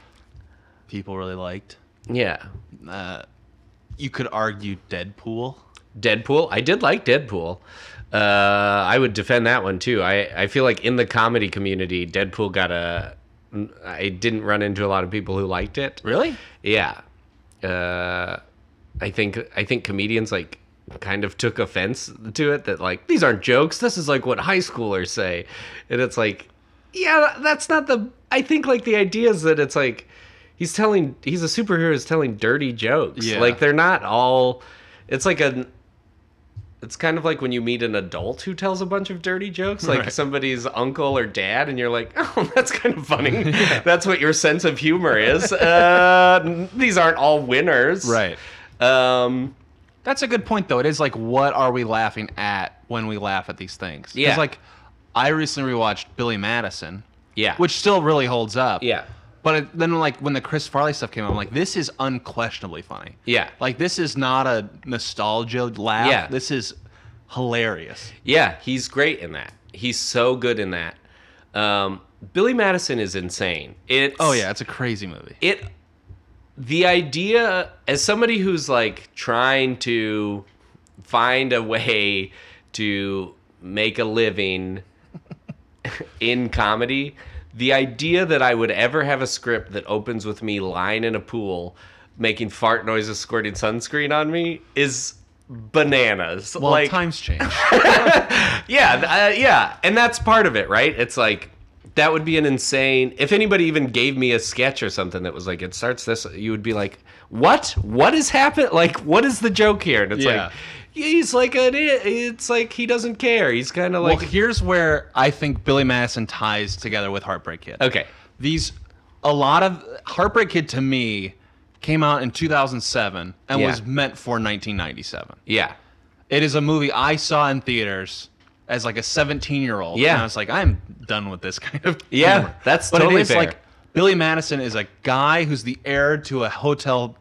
C: People really liked.
B: yeah
C: Uh, you could argue Deadpool.
B: deadpool i did like deadpool uh i would defend that one too i i feel like in the comedy community deadpool got a i didn't run into a lot of people who liked it
C: Really?
B: Yeah. Uh, I think I think comedians like kind of took offense to it that like these aren't jokes. This is like what high schoolers say, and it's like, yeah, that's not the. I think like the idea is that it's like he's telling he's a superhero is telling dirty jokes.
C: Yeah.
B: Like they're not all. It's like a. It's kind of like when you meet an adult who tells a bunch of dirty jokes, like
C: Right.
B: somebody's uncle or dad, and you're like, oh, that's kind of funny. That's what your sense of humor is. Uh, n- these aren't all winners.
C: Right.
B: Um,
C: That's a good point, though. It is like, what are we laughing at when we laugh at these things? 'Cause,
B: Yeah.
C: like, I recently rewatched Billy Madison.
B: Yeah.
C: Which still really holds up.
B: Yeah.
C: But it, then, like, when the Chris Farley stuff came out, I'm like, this is unquestionably funny.
B: Yeah.
C: Like, this is not a nostalgia laugh.
B: Yeah.
C: This is hilarious.
B: Yeah, he's great in that. He's so good in that. Um, Billy Madison is insane. It's,
C: Oh yeah, it's a crazy movie.
B: it the idea as somebody who's like trying to find a way to make a living in comedy the idea that i would ever have a script that opens with me lying in a pool making fart noises squirting sunscreen on me is bananas
C: Well,
B: like
C: times change.
B: yeah, th- uh, yeah, and that's part of it, right? It's like that would be an insane. If anybody even gave me a sketch or something that was like, it starts this, you would be like, what? What is happening? Like, what is the joke here? And it's
C: Yeah.
B: like, he's like an. i- It's like he doesn't care. He's kind of like,
C: well, here's where I think Billy Madison ties together with Heartbreak Kid.
B: okay,
C: These, a lot of Heartbreak Kid to me came out in 2007 and
B: Yeah.
C: was meant for 1997.
B: yeah,
C: It is a movie I saw in theaters as like a 17 year old.
B: Yeah.
C: And I was like, I'm done with this kind of.
B: Yeah,
C: humor.
B: that's
C: but
B: totally
C: it is
B: fair.
C: like Billy Madison is a guy who's the heir to a hotel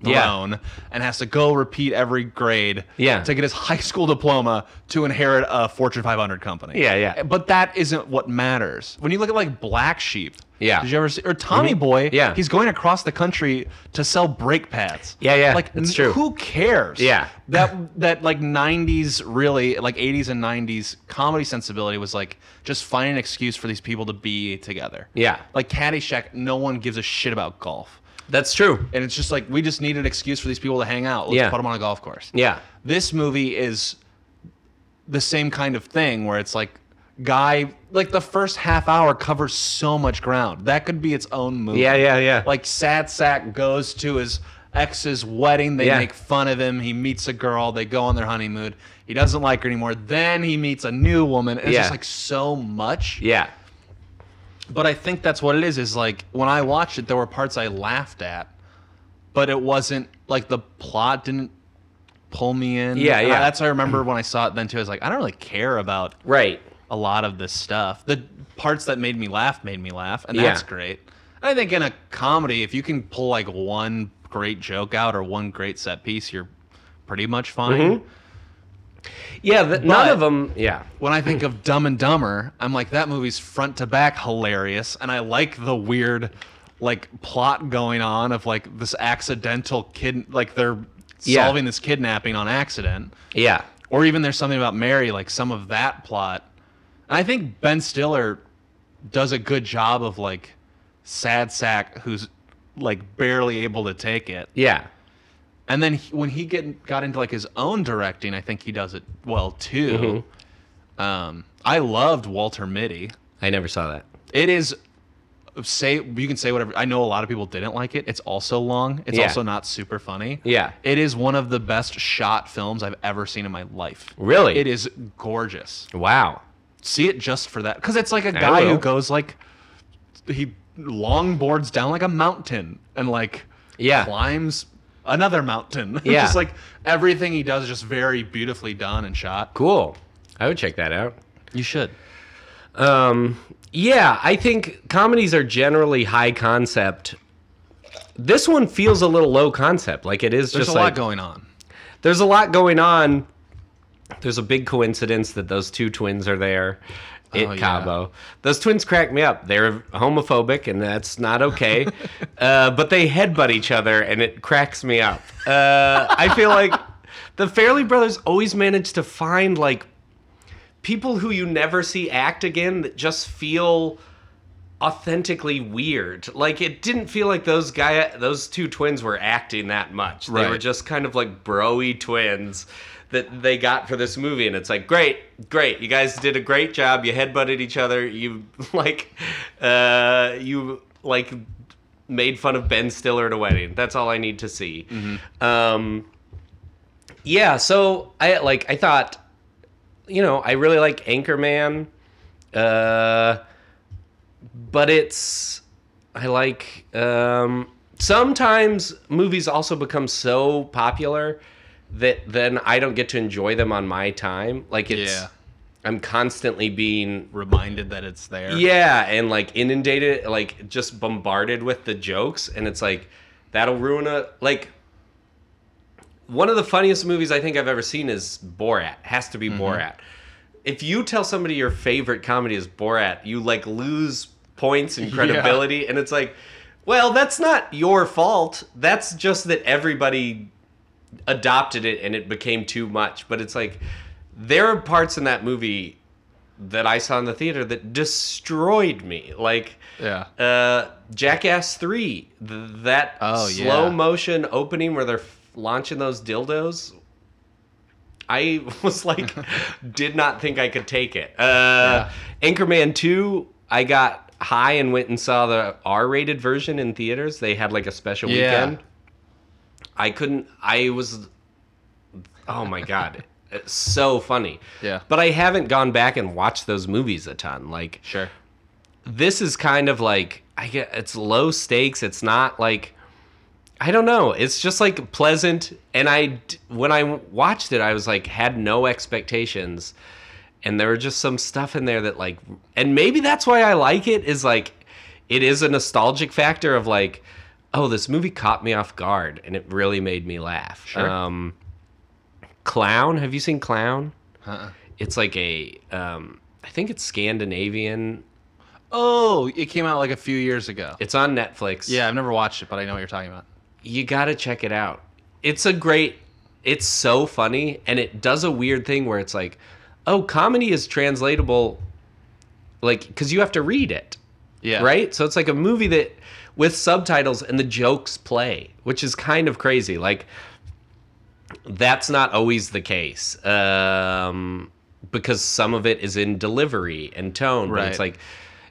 B: Yeah.
C: throne and has to go repeat every grade
B: Yeah.
C: to get his high school diploma to inherit a Fortune 500 company.
B: Yeah, yeah.
C: But that isn't what matters. When you look at like Black Sheep.
B: Yeah. Mm-hmm.
C: Did you ever see or Tommy Boy?
B: Yeah.
C: He's going across the country to sell brake pads.
B: Yeah, yeah,
C: Like
B: that's
C: n-
B: true.
C: Who cares?
B: Yeah.
C: That that like '90s really like '80s and '90s comedy sensibility was like just find an excuse for these people to be together.
B: Yeah.
C: Like Caddyshack, no one gives a shit about golf,
B: that's true.
C: and it's just like we just need an excuse for these people to hang out. Let's
B: Yeah.
C: put them on a golf course.
B: Yeah,
C: This movie is the same kind of thing where it's like guy like the first half hour covers so much ground that could be its own movie
B: yeah, yeah, yeah.
C: like sad sack goes to his ex's wedding they
B: Yeah.
C: make fun of him he meets a girl they go on their honeymoon he doesn't like her anymore then he meets a new woman and it's
B: Yeah.
C: just like so much
B: yeah,
C: but i think that's what it is is like when i watched it there were parts i laughed at but it wasn't like the plot didn't pull me in
B: Yeah,
C: And I-
B: yeah.
C: that's what i remember when i saw it then too i was like i don't really care about
B: right.
C: a lot of this stuff. The parts that made me laugh made me laugh, and
B: Yeah.
C: that's great. I think in a comedy, if you can pull like one great joke out or one great set piece, you're pretty much fine.
B: Mm-hmm. Yeah, th- none
C: But-
B: of them. Yeah,
C: When I think of Dumb and Dumber, I'm like that movie's front to back hilarious, and I like the weird like plot going on of like this accidental kid like they're
B: Yeah.
C: solving this kidnapping on accident
B: yeah,
C: or even there's something about Mary, like some of that plot. And I think Ben Stiller does a good job of like sad sack who's like barely able to take it.
B: yeah,
C: And then he, when he get got into like his own directing, I think he does it well too. Um, I loved Walter Mitty.
B: I never saw that.
C: It is say you can say whatever. I know a lot of people didn't like it. It's also long. It's
B: Yeah.
C: also not super funny.
B: Yeah.
C: It is one of the best shot films I've ever seen in my life.
B: Really?
C: It is gorgeous.
B: Wow.
C: See it just for that cuz it's like a guy
B: will.
C: who goes like he longboards down like a mountain and like
B: Yeah.
C: climbs another mountain.
B: Yeah.
C: just like everything he does is just very beautifully done and shot.
B: Cool. I would check that out.
C: You should.
B: Um, yeah, I think comedies are generally high concept. This one feels a little low concept. Like it is
C: There's
B: just
C: a lot
B: like
C: going on.
B: there's a lot going on. There's a big coincidence that those two twins are there in
C: Oh, yeah.
B: Cabo. Those twins crack me up. They're homophobic, and that's not okay. uh, but they headbutt each other, and it cracks me up. Uh, I feel like the Fairley brothers always manage to find like people who you never see act again that just feel authentically weird. Like it didn't feel like those guy those two twins were acting that much. They were
C: Right.
B: just kind of like broy twins that they got for this movie and it's like great, great. You guys did a great job. You headbutted each other. You like uh you like made fun of Ben Stiller at a wedding. That's all I need to see. Um yeah, so I like I thought you know, I really like Anchorman. Uh but it's I like um sometimes movies also become so popular that then I don't get to enjoy them on my time. Like it's
C: Yeah.
B: I'm constantly being
C: Reminded that it's there.
B: yeah, and like inundated, like just bombarded with the jokes, and it's like that'll ruin a like. one of the funniest movies I think I've ever seen is Borat. Has to be Borat. If you tell somebody your favorite comedy is Borat, you like lose points and credibility, and it's like, well, that's not your fault. That's just that everybody adopted it and it became too much. But it's like there are parts in that movie that I saw in the theater that destroyed me. Like
C: Yeah.
B: uh, Jackass Three, th- that
C: Oh,
B: slow
C: yeah.
B: motion opening where they're f- launching those dildos. I was like, did not think I could take it. Uh, Anchorman Two, I got high and went and saw the R-rated version in theaters. They had like a special
C: Yeah.
B: weekend. I couldn't. I was. Oh my god, it's so funny.
C: Yeah.
B: But I haven't gone back and watched those movies a ton. Like
C: Sure.
B: this is kind of like I get it's low stakes. It's not like I don't know. It's just like pleasant. And I d- when I watched it, I was like had no expectations, and there were just some stuff in there that like, and maybe that's why I like it is like, it is a nostalgic factor of like, oh, this movie caught me off guard and it really made me laugh.
C: Sure.
B: Um, Clown, have you seen Clown?
C: Uh-uh.
B: It's like a, um, I think it's Scandinavian
C: Oh, it came out like a few years ago.
B: It's on Netflix.
C: Yeah, I've never watched it, but I know what you're talking about.
B: You got to check it out. It's a great, it's so funny. And it does a weird thing where it's like, oh, comedy is translatable, like, because you have to read it,
C: Yeah.
B: right? So it's like a movie that with subtitles and the jokes play, which is kind of crazy. Like, that's not always the case. Um, because some of it is in delivery and tone, but it's
C: Right.
B: like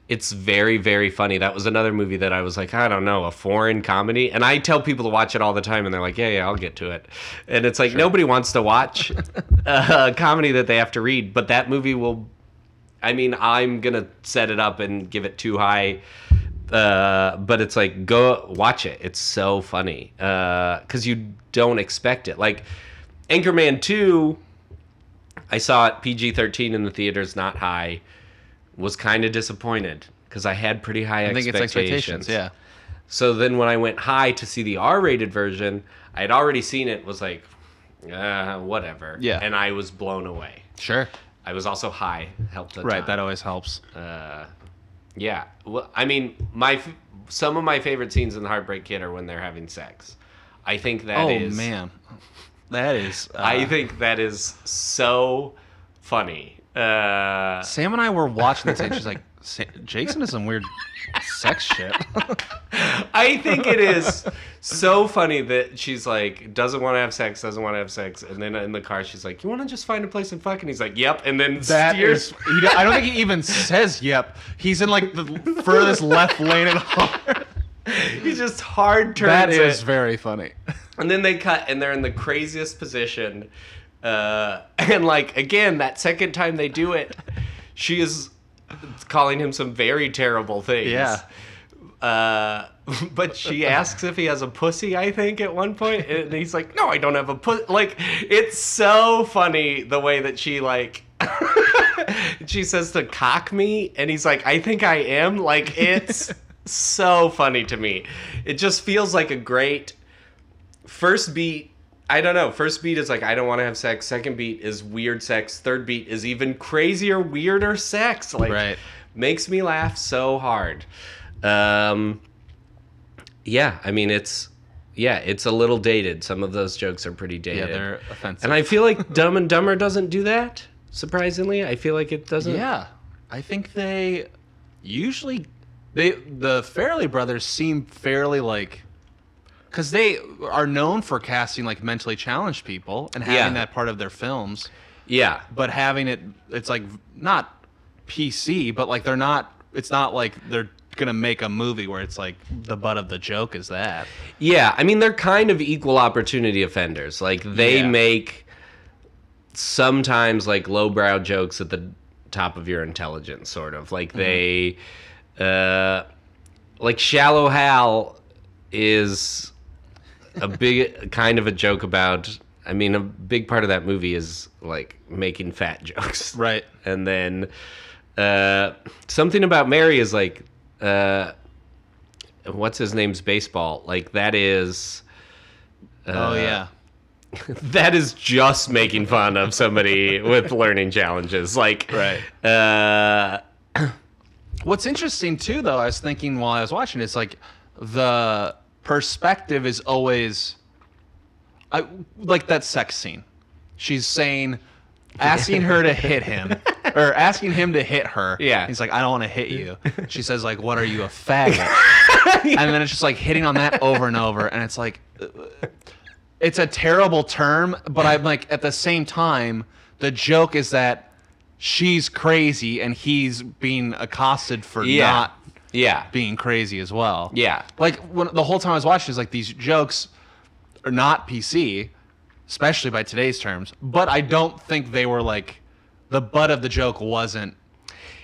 B: it's very very funny that was another movie that i was like i don't know a foreign comedy and i tell people to watch it all the time and they're like yeah yeah i'll get to it and it's like nobody wants to watch a comedy that they have to read but that movie will i mean i'm gonna set it up and give it too high uh, but it's like go watch it it's so funny because you don't expect it like anchorman 2 i saw it pg-13 in the theaters not high was kind of disappointed because I had pretty high
C: I think it's
B: expectations.
C: expectations. Yeah.
B: So then when I went high to see the R-rated version, I had already seen it. Was like, uh, whatever.
C: Yeah.
B: And I was blown away.
C: Sure.
B: I was also high. Helped a ton.
C: Right. Uh, That always helps.
B: Yeah. Well, I mean, my f- some of my favorite scenes in the Heartbreak Kid are when they're having sex. I think that
C: oh
B: is.
C: man, that is. Uh,
B: I think that is so funny. Uh,
C: Sam and I were watching this, and she's like, "Sa- "Jason is some weird sex shit."
B: I think it is so funny that she's like doesn't want to have sex, doesn't want to have sex, and then in the car she's like, "You want to just find a place and fuck?" And he's like, "Yep," and then
C: That
B: steers.
C: is. He, don't- I don't think he even says "yep." He's in like the furthest left lane at all.
B: He just hard turns.
C: That is
B: it.
C: very funny.
B: And then they cut, and they're in the craziest position. Uh, and like again, that second time they do it, she is calling him some very terrible things.
C: Yeah.
B: Uh, but she asks if he has a pussy, I think, at one point, and he's like, "No, I don't have a pussy." Like, it's so funny the way that she like. she says to cock me, and he's like, "I think I am." Like, it's so funny to me. It just feels like a great first beat i don't know first beat is like i don't want to have sex second beat is weird sex third beat is even crazier weirder sex like
C: Right.
B: makes me laugh so hard um yeah i mean it's yeah it's a little dated some of those jokes are pretty
C: Yeah,
B: dated
C: they're offensive.
B: and i feel like dumb and dumber doesn't do that surprisingly i feel like it doesn't
C: Yeah, I think they usually they the Fairley brothers seem fairly like because they are known for casting like mentally challenged people and having
B: Yeah.
C: that part of their films,
B: yeah
C: but having it it's like not PC, but like they're not. It's not like they're gonna make a movie where it's like the butt of the joke is that.
B: Yeah, I mean they're kind of equal opportunity offenders. Like they
C: Yeah.
B: make sometimes like lowbrow jokes at the top of your intelligence, sort of.
C: Mm-hmm.
B: Like they, uh, like Shallow Hal is a big kind of a joke about. I mean, a big part of that movie is like making fat jokes,
C: Right.
B: and then uh, something about Mary is like, uh, what's his name's baseball? Like that is. Uh,
C: oh yeah.
B: that is just making fun of somebody with learning challenges. Like,
C: Right.
B: Uh,
C: What's interesting too, though, I was thinking while I was watching, it's like the perspective is always, I like that sex scene. She's saying, asking her to hit him, or asking him to hit her.
B: Yeah.
C: He's like, I don't want to hit you. She says, like, what are you a faggot? And then it's just like hitting on that over and over, and it's like, it's a terrible term, but I'm like at the same time, the joke is that she's crazy and he's being accosted for
B: yeah.
C: not
B: yeah.
C: being crazy as well.
B: Yeah.
C: Like when the whole time I was watching is like these jokes are not PC, especially by today's terms, but I don't think they were like the butt of the joke wasn't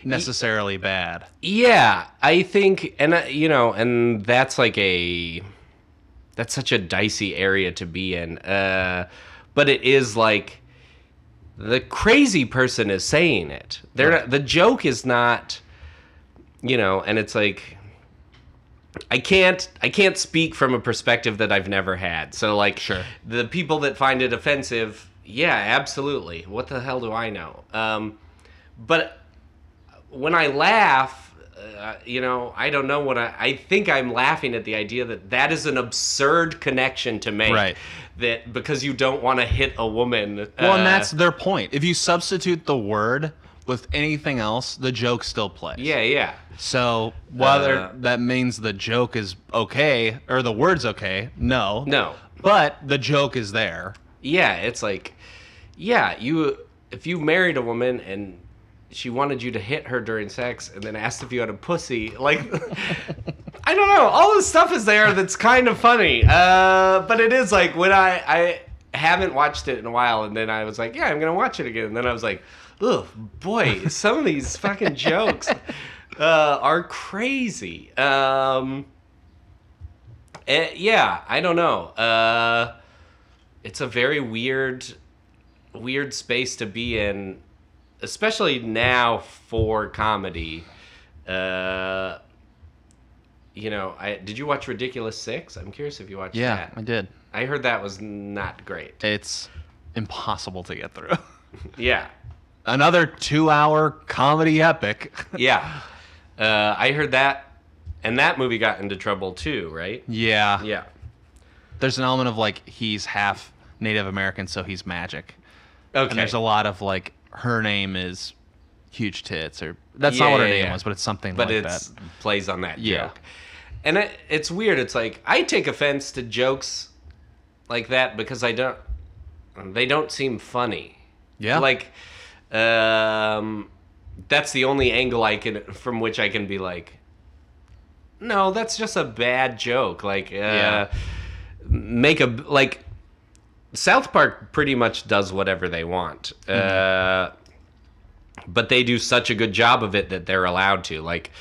C: necessarily bad.
B: Yeah, I think, and uh, you know, and that's like a that's such a dicey area to be in. Uh, but it is like the crazy person is saying it. They're not, the joke is not, you know, and it's like I can't I can't speak from a perspective that I've never had. So like,
C: Sure.
B: the people that find it offensive, yeah, absolutely. What the hell do I know? Um, but when I laugh, uh, you know, I don't know what I. I think I'm laughing at the idea that that is an absurd connection to make.
C: Right.
B: That because you don't want to hit a woman.
C: Well,
B: uh,
C: and that's their point. If you substitute the word with anything else, the joke still plays.
B: yeah, yeah,
C: So whether
B: Uh,
C: that means the joke is okay or the word's okay, no.
B: No.
C: But the joke is there.
B: yeah. It's like, yeah, you if you married a woman and she wanted you to hit her during sex and then asked if you had a pussy, like. I don't know. All this stuff is there that's kind of funny. Uh, but it is like when I I haven't watched it in a while, and then I was like, yeah, I'm gonna watch it again. And then I was like, ugh, boy, some of these fucking jokes uh, are crazy. Um, eh, yeah, I don't know. Uh, it's a very weird, weird space to be in, especially now for comedy. Uh, you know, I did you watch Ridiculous Six? I'm curious if you watched that.
C: did.
B: I heard that was not great.
C: It's impossible to get through.
B: Yeah,
C: Another two hour comedy epic.
B: yeah. Uh, I heard that, and that movie got into trouble too,
C: Mm.
B: right?
C: yeah.
B: Yeah.
C: There's an element of like he's half Native American, so he's magic.
B: Okay.
C: And there's a lot of like her name is huge tits or that's not
B: Yeah,
C: what her
B: yeah,
C: name
B: yeah.
C: was, but it's something
B: but
C: like
B: it
C: that.
B: plays on that
C: Yeah.
B: joke. And it, it's weird. It's like I take offense to jokes like that because I don't. They don't seem funny.
C: Yeah.
B: Like, um, that's the only angle I can from which I can be like, no, that's just a bad joke. Like, uh,
C: Yeah.
B: make a like. South Park pretty much does whatever they want.
C: Mm-hmm.
B: Uh, but they do such a good job of it that they're allowed to. Like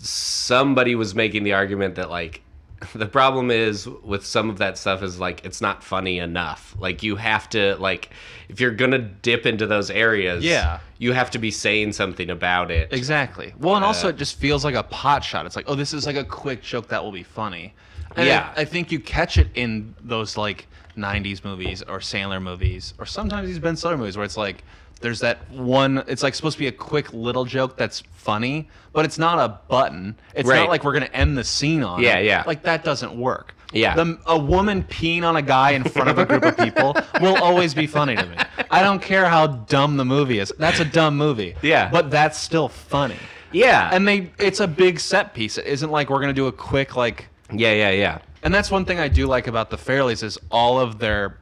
B: somebody was making the argument that like the problem is with some of that stuff is like it's not funny enough. Like you have to like if you're gonna dip into those areas,
C: Yeah.
B: you have to be saying something about it.
C: Exactly. Well, and also it just feels like a pot shot. It's like, oh, this is like a quick joke that will be funny. And
B: Yeah.
C: I, I think you catch it in those like '90s movies or Sandler movies or sometimes these Ben Stiller movies where it's like there's that one. It's like supposed to be a quick little joke that's funny, but it's not a button. It's
B: Right.
C: not like we're gonna end the scene on.
B: Yeah,
C: it.
B: yeah.
C: Like that doesn't work.
B: Yeah.
C: The, a woman peeing on a guy in front of a group of people will always be funny to me. I don't care how dumb the movie is. That's a dumb movie.
B: Yeah.
C: But that's still funny.
B: Yeah.
C: And they it's a big set piece. It isn't like we're gonna do a quick like
B: yeah, yeah, yeah.
C: and that's one thing I do like about the Fairleys is all of their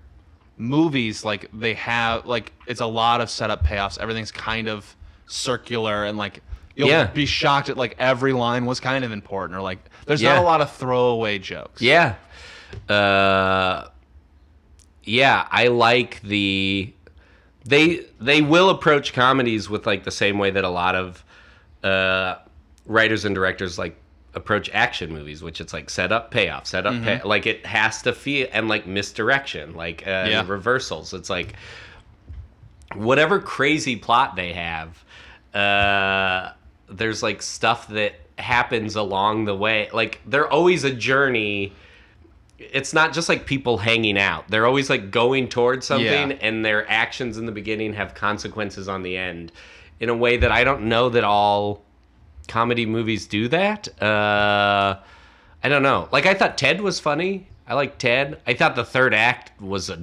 C: movies, like they have like it's a lot of setup payoffs. Everything's kind of circular and like you'll
B: Yeah.
C: be shocked at like every line was kind of important or like there's
B: Yeah.
C: not a lot of throwaway jokes.
B: Yeah. Uh, yeah, I like the they they will approach comedies with like the same way that a lot of uh, writers and directors like approach action movies, which it's like set up, payoff, set up, pay, like it has to feel and like misdirection, like uh,
C: Yeah.
B: reversals. It's like whatever crazy plot they have, uh, there's like stuff that happens along the way. Like they're always a journey it's not just like people hanging out. They're always like going towards something
C: Yeah.
B: and their actions in the beginning have consequences on the end in a way that I don't know that all comedy movies do that. Uh I don't know. Like I thought Ted was funny. I like Ted. I thought the third act was a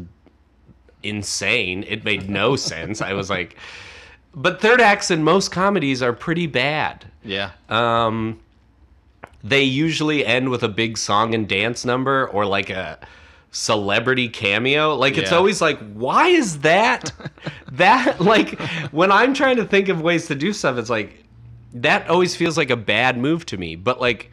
B: insane. It made no sense. I was like but third acts in most comedies are pretty bad.
C: Yeah.
B: Um, they usually end with a big song and dance number or like a celebrity cameo. Like it's
C: Yeah.
B: always like, why is that? that like when I'm trying to think of ways to do stuff, it's like that always feels like a bad move to me. But like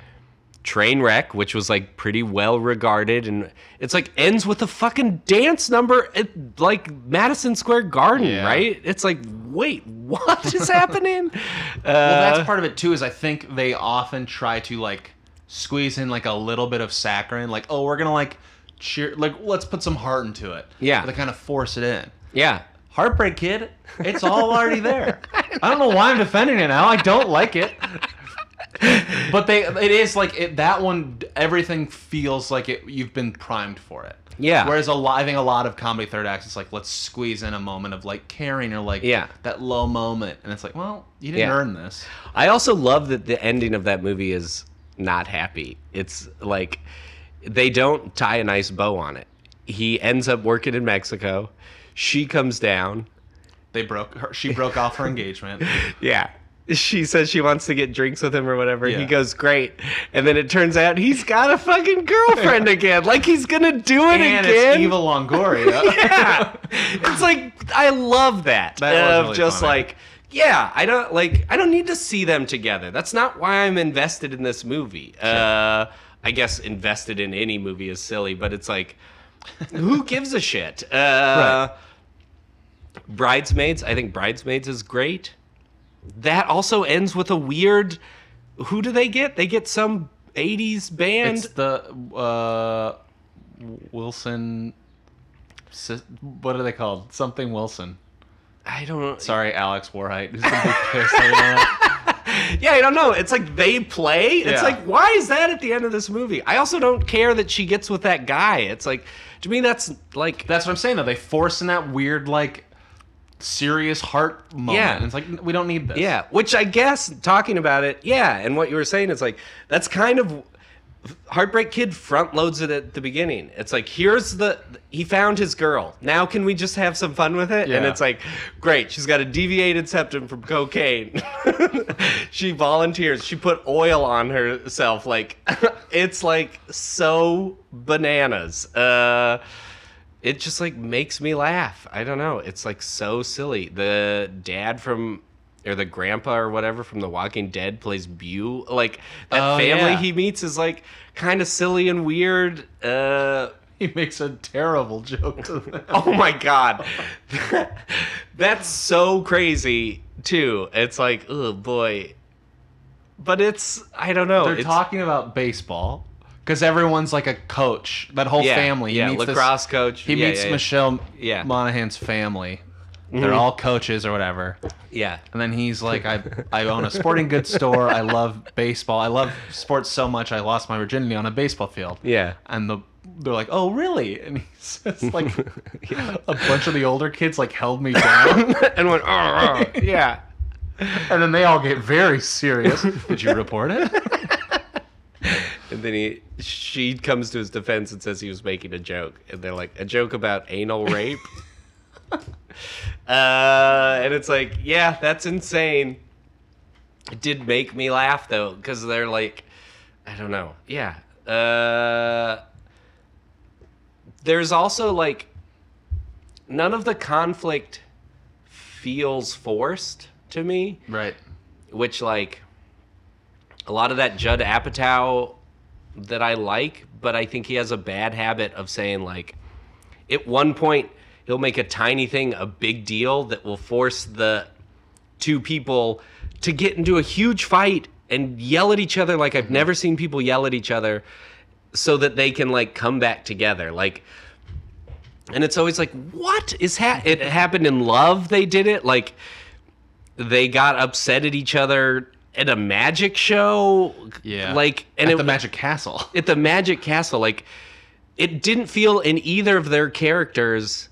B: Trainwreck, which was like pretty well regarded, and it's like ends with a fucking dance number at like Madison Square Garden,
C: Yeah.
B: right? It's like, wait, what is happening? Uh,
C: well, that's part of it too. Is I think they often try to like squeeze in like a little bit of saccharine, like oh, we're gonna like cheer, like let's put some heart into it.
B: Yeah.
C: But they kind of force it in.
B: yeah.
C: Heartbreak Kid, it's all already there. I don't know why I'm defending it now. I don't like it. But they, it is like it, that one. Everything feels like it. You've been primed for it.
B: Yeah.
C: Whereas a lot, I think a lot of comedy third acts, it's like let's squeeze in a moment of like caring or like
B: Yeah.
C: that low moment, and it's like, well, you didn't
B: Yeah.
C: earn this.
B: I also love that the ending of that movie is not happy. It's like they don't tie a nice bow on it. He ends up working in Mexico. She comes down.
C: They broke. Her, she broke off her engagement.
B: Yeah. She says she wants to get drinks with him or whatever.
C: Yeah.
B: He goes, Great. And then it turns out he's got a fucking girlfriend again. Like he's gonna do it again.
C: And it's Eva Longoria.
B: yeah. It's like I love that.
C: That was
B: of
C: really
B: just
C: funny.
B: like yeah, I don't like I don't need to see them together. That's not why I'm invested in this movie. Uh I guess invested in any movie is silly, but it's like who gives a shit? Uh Bridesmaids, I think Bridesmaids is great. That also ends with a weird who do they get? They get some 80s band.
C: It's the uh, Wilson. sis- What are they called? Something Wilson.
B: I don't know.
C: Sorry, Alex Warhite. Who's gonna be pissed right now.
B: Yeah, I don't know. It's like they play. It's
C: Yeah.
B: like why is that at the end of this movie? I also don't care that she gets with that guy. It's like to me that's like
C: That's what I'm saying though. They force in that weird like serious heart moment.
B: Yeah.
C: And it's like "N- we don't need this.
B: yeah, which I guess talking about it, yeah, and what you were saying is like that's kind of Heartbreak Kid front loads it at the beginning. It's like here's the he found his girl. Now can we just have some fun with it? And
C: Yeah.
B: it's like great, she's got a deviated septum from cocaine. she volunteers. She put oil on herself. Like it's like so bananas. Uh it just like makes me laugh. I don't know. It's like so silly. The dad from or the grandpa or whatever from The Walking Dead plays Bew. Like that
C: Oh,
B: family
C: yeah.
B: he meets is like kind of silly and weird. Uh
C: He makes a terrible joke to them.
B: oh my god. That's so crazy too. It's like, oh boy. But it's I don't know.
C: They're
B: it's,
C: talking about baseball because everyone's like a coach. That whole
B: yeah,
C: family. He
B: Yeah,
C: meets this-
B: lacrosse coach.
C: He
B: yeah,
C: meets
B: yeah, yeah.
C: Michelle
B: Yeah.
C: Monaghan's family.
B: Mm-hmm.
C: They're all coaches or whatever.
B: Yeah.
C: And then he's like, I, I own a sporting goods store. I love baseball. I love sports so much I lost my virginity on a baseball field.
B: Yeah.
C: And the they're like, oh really? And he says like a bunch of the older kids like held me down.
B: and went, "Arr, arr." yeah.
C: and then they all get very serious. Did you report it?
B: And then he, she comes to his defense and says he was making a joke, and they're like, a joke about anal rape. uh, and it's like, yeah, that's insane. It did make me laugh though, because they're like, I don't know, yeah. Uh, there's also like, none of the conflict feels forced to me
C: Right.
B: which like a lot of that Judd Apatow that I like, but I think he has a bad habit of saying like at one point he'll make a tiny thing a big deal that will force the two people to get into a huge fight and yell at each other like
C: Mm-hmm.
B: I've never seen people yell at each other so that they can like come back together like and it's always like what is ha- it happened in love they did it like they got upset at each other at a magic show
C: Yeah.
B: like and
C: At
B: it
C: the Magic Castle.
B: at the magic castle like it didn't feel in either of their characters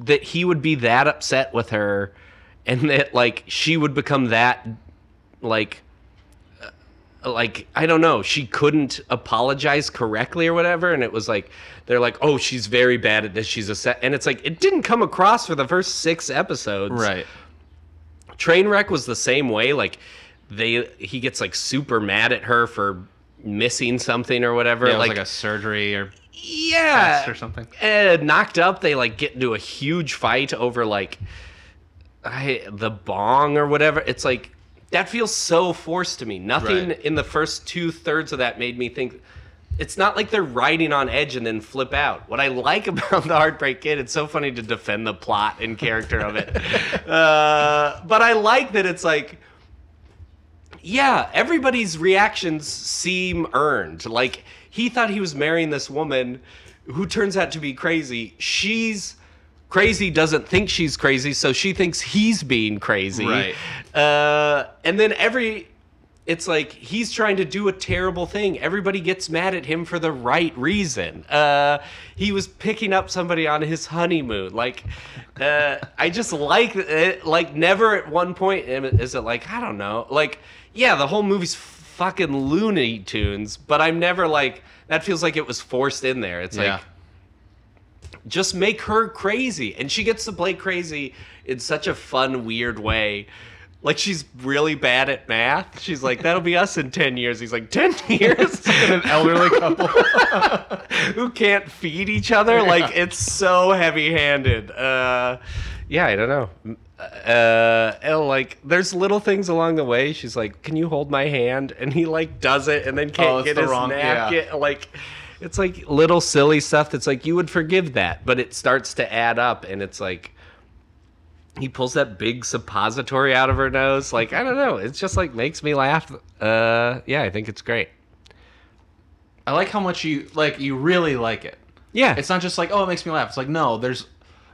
B: that he would be that upset with her and that like she would become that like uh, like I don't know, she couldn't apologize correctly or whatever and it was like they're like, "Oh, she's very bad at this. She's a set." And it's like it didn't come across for the first 6 episodes.
C: Right.
B: Trainwreck was the same way. Like they, he gets like super mad at her for missing something or whatever.
C: Yeah, it was
B: like, uh,
C: like a surgery or
B: yeah,
C: test or something.
B: Eh, knocked up, they like get into a huge fight over like I, the bong or whatever. It's like that feels so forced to me. Nothing
C: Right.
B: in the first two thirds of that made me think. It's not like they're riding on edge and then flip out. What I like about the Heartbreak Kid, it's so funny to defend the plot and character of it. Uh, but I like that it's like yeah, everybody's reactions seem earned. Like he thought he was marrying this woman who turns out to be crazy. She's crazy doesn't think she's crazy, so she thinks he's being crazy.
C: Right.
B: Uh, and then every it's like he's trying to do a terrible thing. Everybody gets mad at him for the right reason. Uh, he was picking up somebody on his honeymoon. Like, uh, I just like it. Like, never at one point is it like I don't know. Like, yeah, the whole movie's fucking Looney Tunes, but I'm never like that. Feels like it was forced in there. It's
C: yeah.
B: like just make her crazy and she gets to play crazy in such a fun weird way like she's really bad at math she's like that'll be us in 10 years he's like 10 years
C: an elderly couple.
B: who can't feed each other like it's so heavy-handed uh yeah i don't know uh and like there's little things along the way she's like can you hold my hand and he like does it and then can't
C: Oh, it's
B: get
C: the
B: his
C: wrong- yeah.
B: napkin like it's like little silly stuff that's like you would forgive that but it starts to add up and it's like he pulls that big suppository out of her nose like i don't know it's just like makes me laugh uh yeah i think it's great
C: I like how much you like. You really like it.
B: yeah
C: It's not just like oh, it makes me laugh. It's like no, there's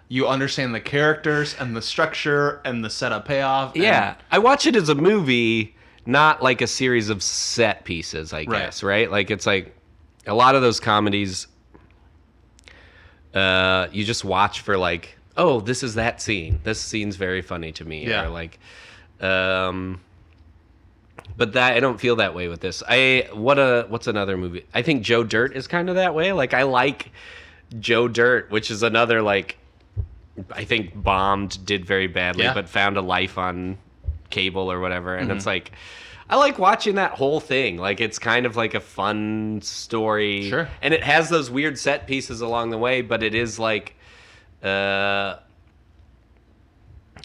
C: you understand the characters and the structure and the setup payoff. and-
B: Yeah, I watch it as a movie, not like a series of set pieces. I
C: Right.
B: guess right. Like it's like a lot of those comedies. Uh, you just watch for like, oh, this is that scene. This scene's very funny to me.
C: Yeah.
B: Or like, um, but that I don't feel that way with this. I what a what's another movie? I think Joe Dirt is kind of that way. Like I like Joe Dirt, which is another like I think bombed, did very badly,
C: Yeah. Mm-hmm.
B: but found a life on cable or whatever. And it's like, I like watching that whole thing. Like, it's kind of like a fun story.
C: Sure.
B: And it has those weird set pieces along the way, but it is like, uh,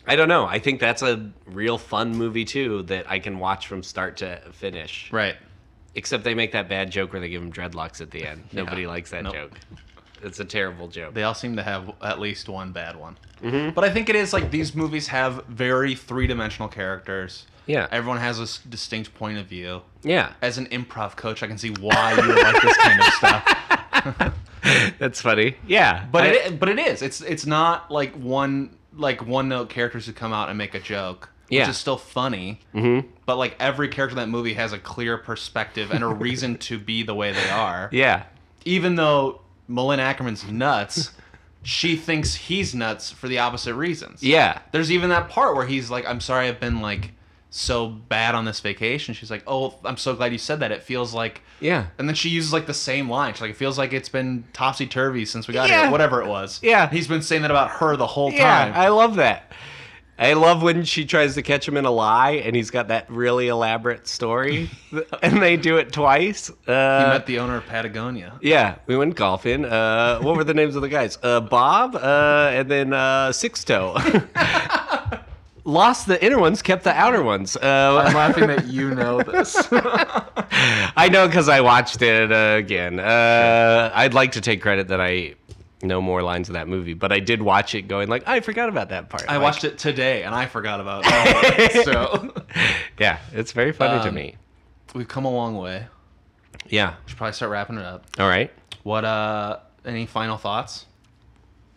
B: I don't know. I think that's a real fun movie, too, that I can watch from start to finish.
C: Right.
B: Except they make that bad joke where they give him dreadlocks at the end. Nobody likes that
C: Nope.
B: joke. It's a terrible joke.
C: They all seem to have at least one bad one. But I think it is like these movies have very three dimensional characters.
B: Yeah.
C: Everyone has a s- distinct point of view.
B: yeah.
C: As an improv coach, I can see why you would like this kind of stuff.
B: That's funny. Yeah.
C: But
B: I-
C: it, but it is. It's it's not like one like one note characters who come out and make a joke,
B: Yeah. Mm-hmm.
C: which is still funny. But like every character in that movie has a clear perspective and a reason to be the way they are.
B: yeah.
C: Even though Malin Ackerman's nuts, she thinks he's nuts for the opposite reasons.
B: Yeah.
C: There's even that part where he's like, "I'm sorry, I've been like so bad on this vacation." She's like, "Oh, I'm so glad you said that. It feels like."
B: Yeah.
C: And then she uses like the same line. She's like, "It feels like it's been topsy turvy since we got
B: Yeah.
C: here, whatever it was."
B: Yeah.
C: He's been saying that about her the whole
B: Yeah,
C: time.
B: I love that. I love when she tries to catch him in a lie and he's got that really elaborate story and they do it twice.
C: he
B: Uh,
C: met the owner of Patagonia.
B: yeah, we went golfing. Uh, what were the names of the guys? Uh, Bob uh, and then uh, Six Toe. Lost the inner ones, kept the outer ones. Uh,
C: I'm laughing that you know this.
B: I know because I watched it uh, again. Uh, I'd like to take credit that I know more lines of that movie, but I did watch it going like, I forgot about that part.
C: I
B: Like,
C: watched it today and I forgot about all of it. So
B: Yeah, it's very funny to
C: Um,
B: me.
C: we've come a long way.
B: Yeah.
C: Should probably start wrapping it up.
B: All right.
C: What uh any final thoughts?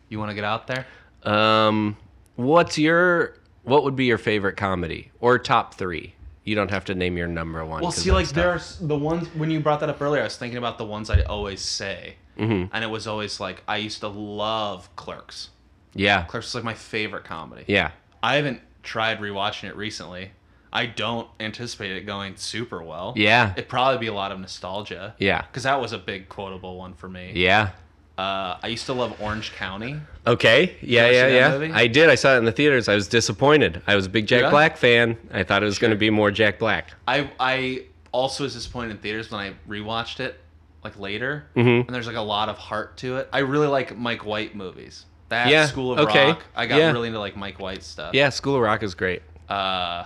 C: You want to get out there?
B: Um, what's your what would be your favorite comedy or top three? You don't have to name your number one.
C: Well,
B: 'cause
C: see, like
B: that's
C: there's the ones when you brought that up earlier. I was thinking about the ones I always say, mm-hmm. and it was always like I used to love Clerks.
B: tough. yeah,
C: Clerks is like my favorite comedy.
B: yeah,
C: I haven't tried rewatching it recently. I don't anticipate it going super well.
B: Yeah.
C: it'd probably be a lot of nostalgia.
B: Yeah.
C: because that was a big quotable one for me.
B: yeah.
C: Uh, I used to love Orange County.
B: Okay. Yeah,
C: You ever
B: yeah,
C: see that
B: yeah.
C: movie?
B: I did. I saw it in the theaters. I was disappointed. I was a big Jack
C: Yeah?
B: Black fan. I thought it was going to be more Jack Black.
C: I I also was disappointed in theaters when I rewatched it like later,
B: Mm-hmm.
C: and there's like a lot of heart to it. I really like Mike White movies. That
B: Yeah,
C: School of
B: okay,
C: Rock. I got
B: yeah.
C: really into like Mike White stuff.
B: Yeah, School of Rock is great.
C: Uh,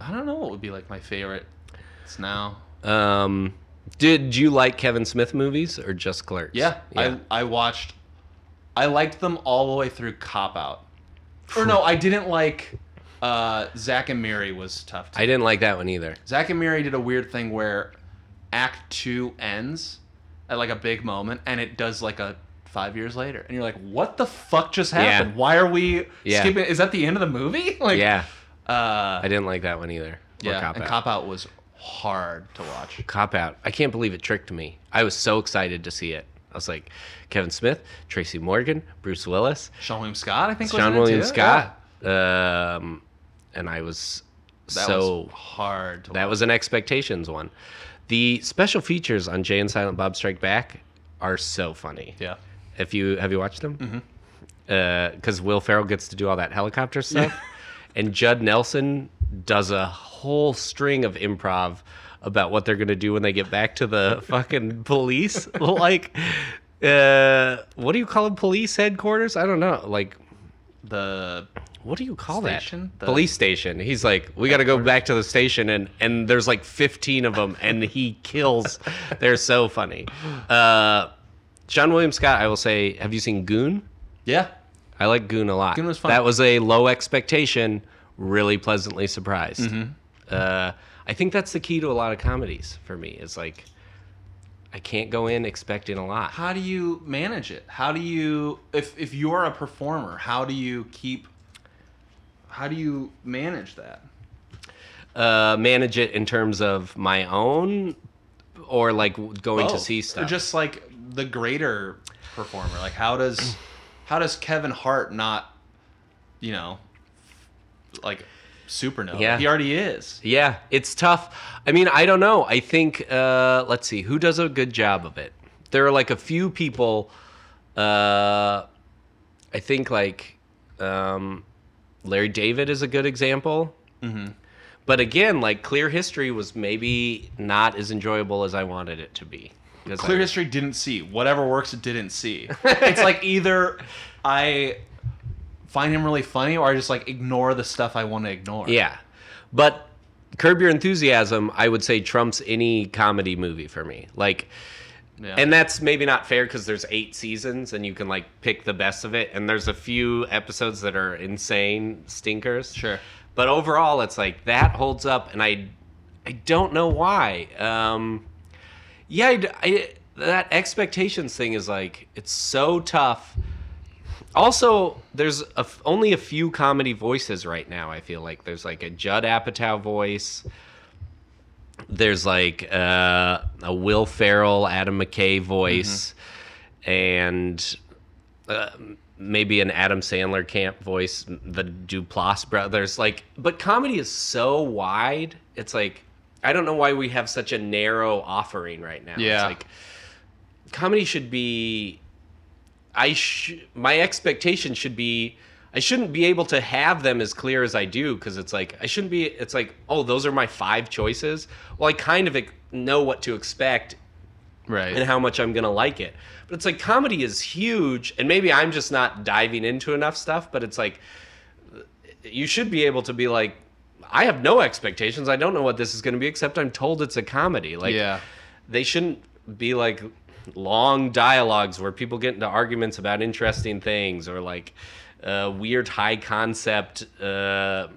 C: I don't know what would be like my favorite. It's now.
B: Um, did you like Kevin Smith movies or just Clerks?
C: Yeah,
B: yeah.
C: I I watched. I liked them all the way through Cop Out. Or no, I didn't like. Uh, Zach and Mary was tough.
B: I didn't like that one either.
C: Zach and Mary did a weird thing where Act Two ends at like a big moment, and it does like a five years later, and you're like, "What the fuck just happened? Why are we
B: Yeah.
C: skipping? Is that the end of the movie?" Like,
B: Yeah,
C: uh,
B: I didn't like that one either. Or
C: yeah.
B: Cop
C: and
B: Out.
C: Cop Out was hard to watch.
B: Cop Out. I can't believe it tricked me. I was so excited to see it. I was like, Kevin Smith, Tracy Morgan, Bruce Willis,
C: Sean William Scott, I think. was in
B: John
C: it,
B: William
C: too.
B: Scott. Um, and I was
C: Yeah. That
B: so
C: was hard. To
B: that was an expectations one. The special features on Jay and Silent Bob Strike Back are so funny.
C: watch. yeah.
B: If you have you watched them?
C: Mm-hmm.
B: Because Will Ferrell gets to do all that helicopter stuff, and Judd Nelson does a whole string of improv about what they're gonna do when they get back to the fucking police. like, uh, what do you call them? Police headquarters? I don't know. Like.
C: The
B: What do you call
C: Station?
B: that?
C: The-
B: Police station. He's like, we got to go back to the station, and and there's like 15 of them, and he kills. They're so funny. Uh, John William Scott, I will say, have you seen Goon?
C: yeah.
B: I like Goon a lot.
C: Goon was fun.
B: That was a low expectation, really pleasantly surprised.
C: Mm-hmm.
B: Uh, I think that's the key to a lot of comedies for me. Is like, I can't go in expecting a lot.
C: How do you manage it? How do you if if you're a performer, how do you keep how do you manage that?
B: Uh, manage it in terms of my own. Or like w- going to
C: Both.
B: see stuff.
C: Or Oh, just like the greater performer. Like how does how does Kevin Hart not, you know, like supernova?
B: Yeah.
C: He already is.
B: Yeah, it's tough. I mean, I don't know. I think uh, let's see who does a good job of it. There are like a few people. Uh, I think like um, Larry David is a good example. But again, like Clear History was maybe not as enjoyable as I wanted it to be. 'Cause
C: Clear
B: I-
C: History didn't see. Whatever works it didn't see. It's like either I find him really funny or I just like ignore the stuff I want to ignore.
B: Yeah. But Curb Your Enthusiasm, I would say trumps any comedy movie for me. Like
C: Yeah.
B: And that's maybe not fair because there's eight seasons and you can like pick the best of it. And there's a few episodes that are insane stinkers.
C: Sure.
B: But overall, it's like that holds up, and I, I don't know why. Um, yeah, I d I that expectations thing is like it's so tough. Also, there's a f only a few comedy voices right now. I feel like there's like a Judd Apatow voice there's like uh, a Will Ferrell, Adam McKay voice, and uh, maybe an Adam Sandler camp voice, the Duplass brothers. Like, but comedy is so wide. It's like I don't know why we have such a narrow offering right now.
C: Yeah.
B: It's like comedy should be. I sh- my expectation should be. I shouldn't be able to have them as clear as I do because it's like I shouldn't be. It's like oh, those are my five choices. Well, I kind of ex- know what to expect
C: Right.
B: and how much I'm gonna like it. But it's like comedy is huge, and maybe I'm just not diving into enough stuff. But it's like you should be able to be like, I have no expectations. I don't know what this is gonna be, except I'm told it's a comedy. Like,
C: Yeah.
B: they shouldn't be like long dialogues where people get into arguments about interesting things or like uh, weird high concept. Uh,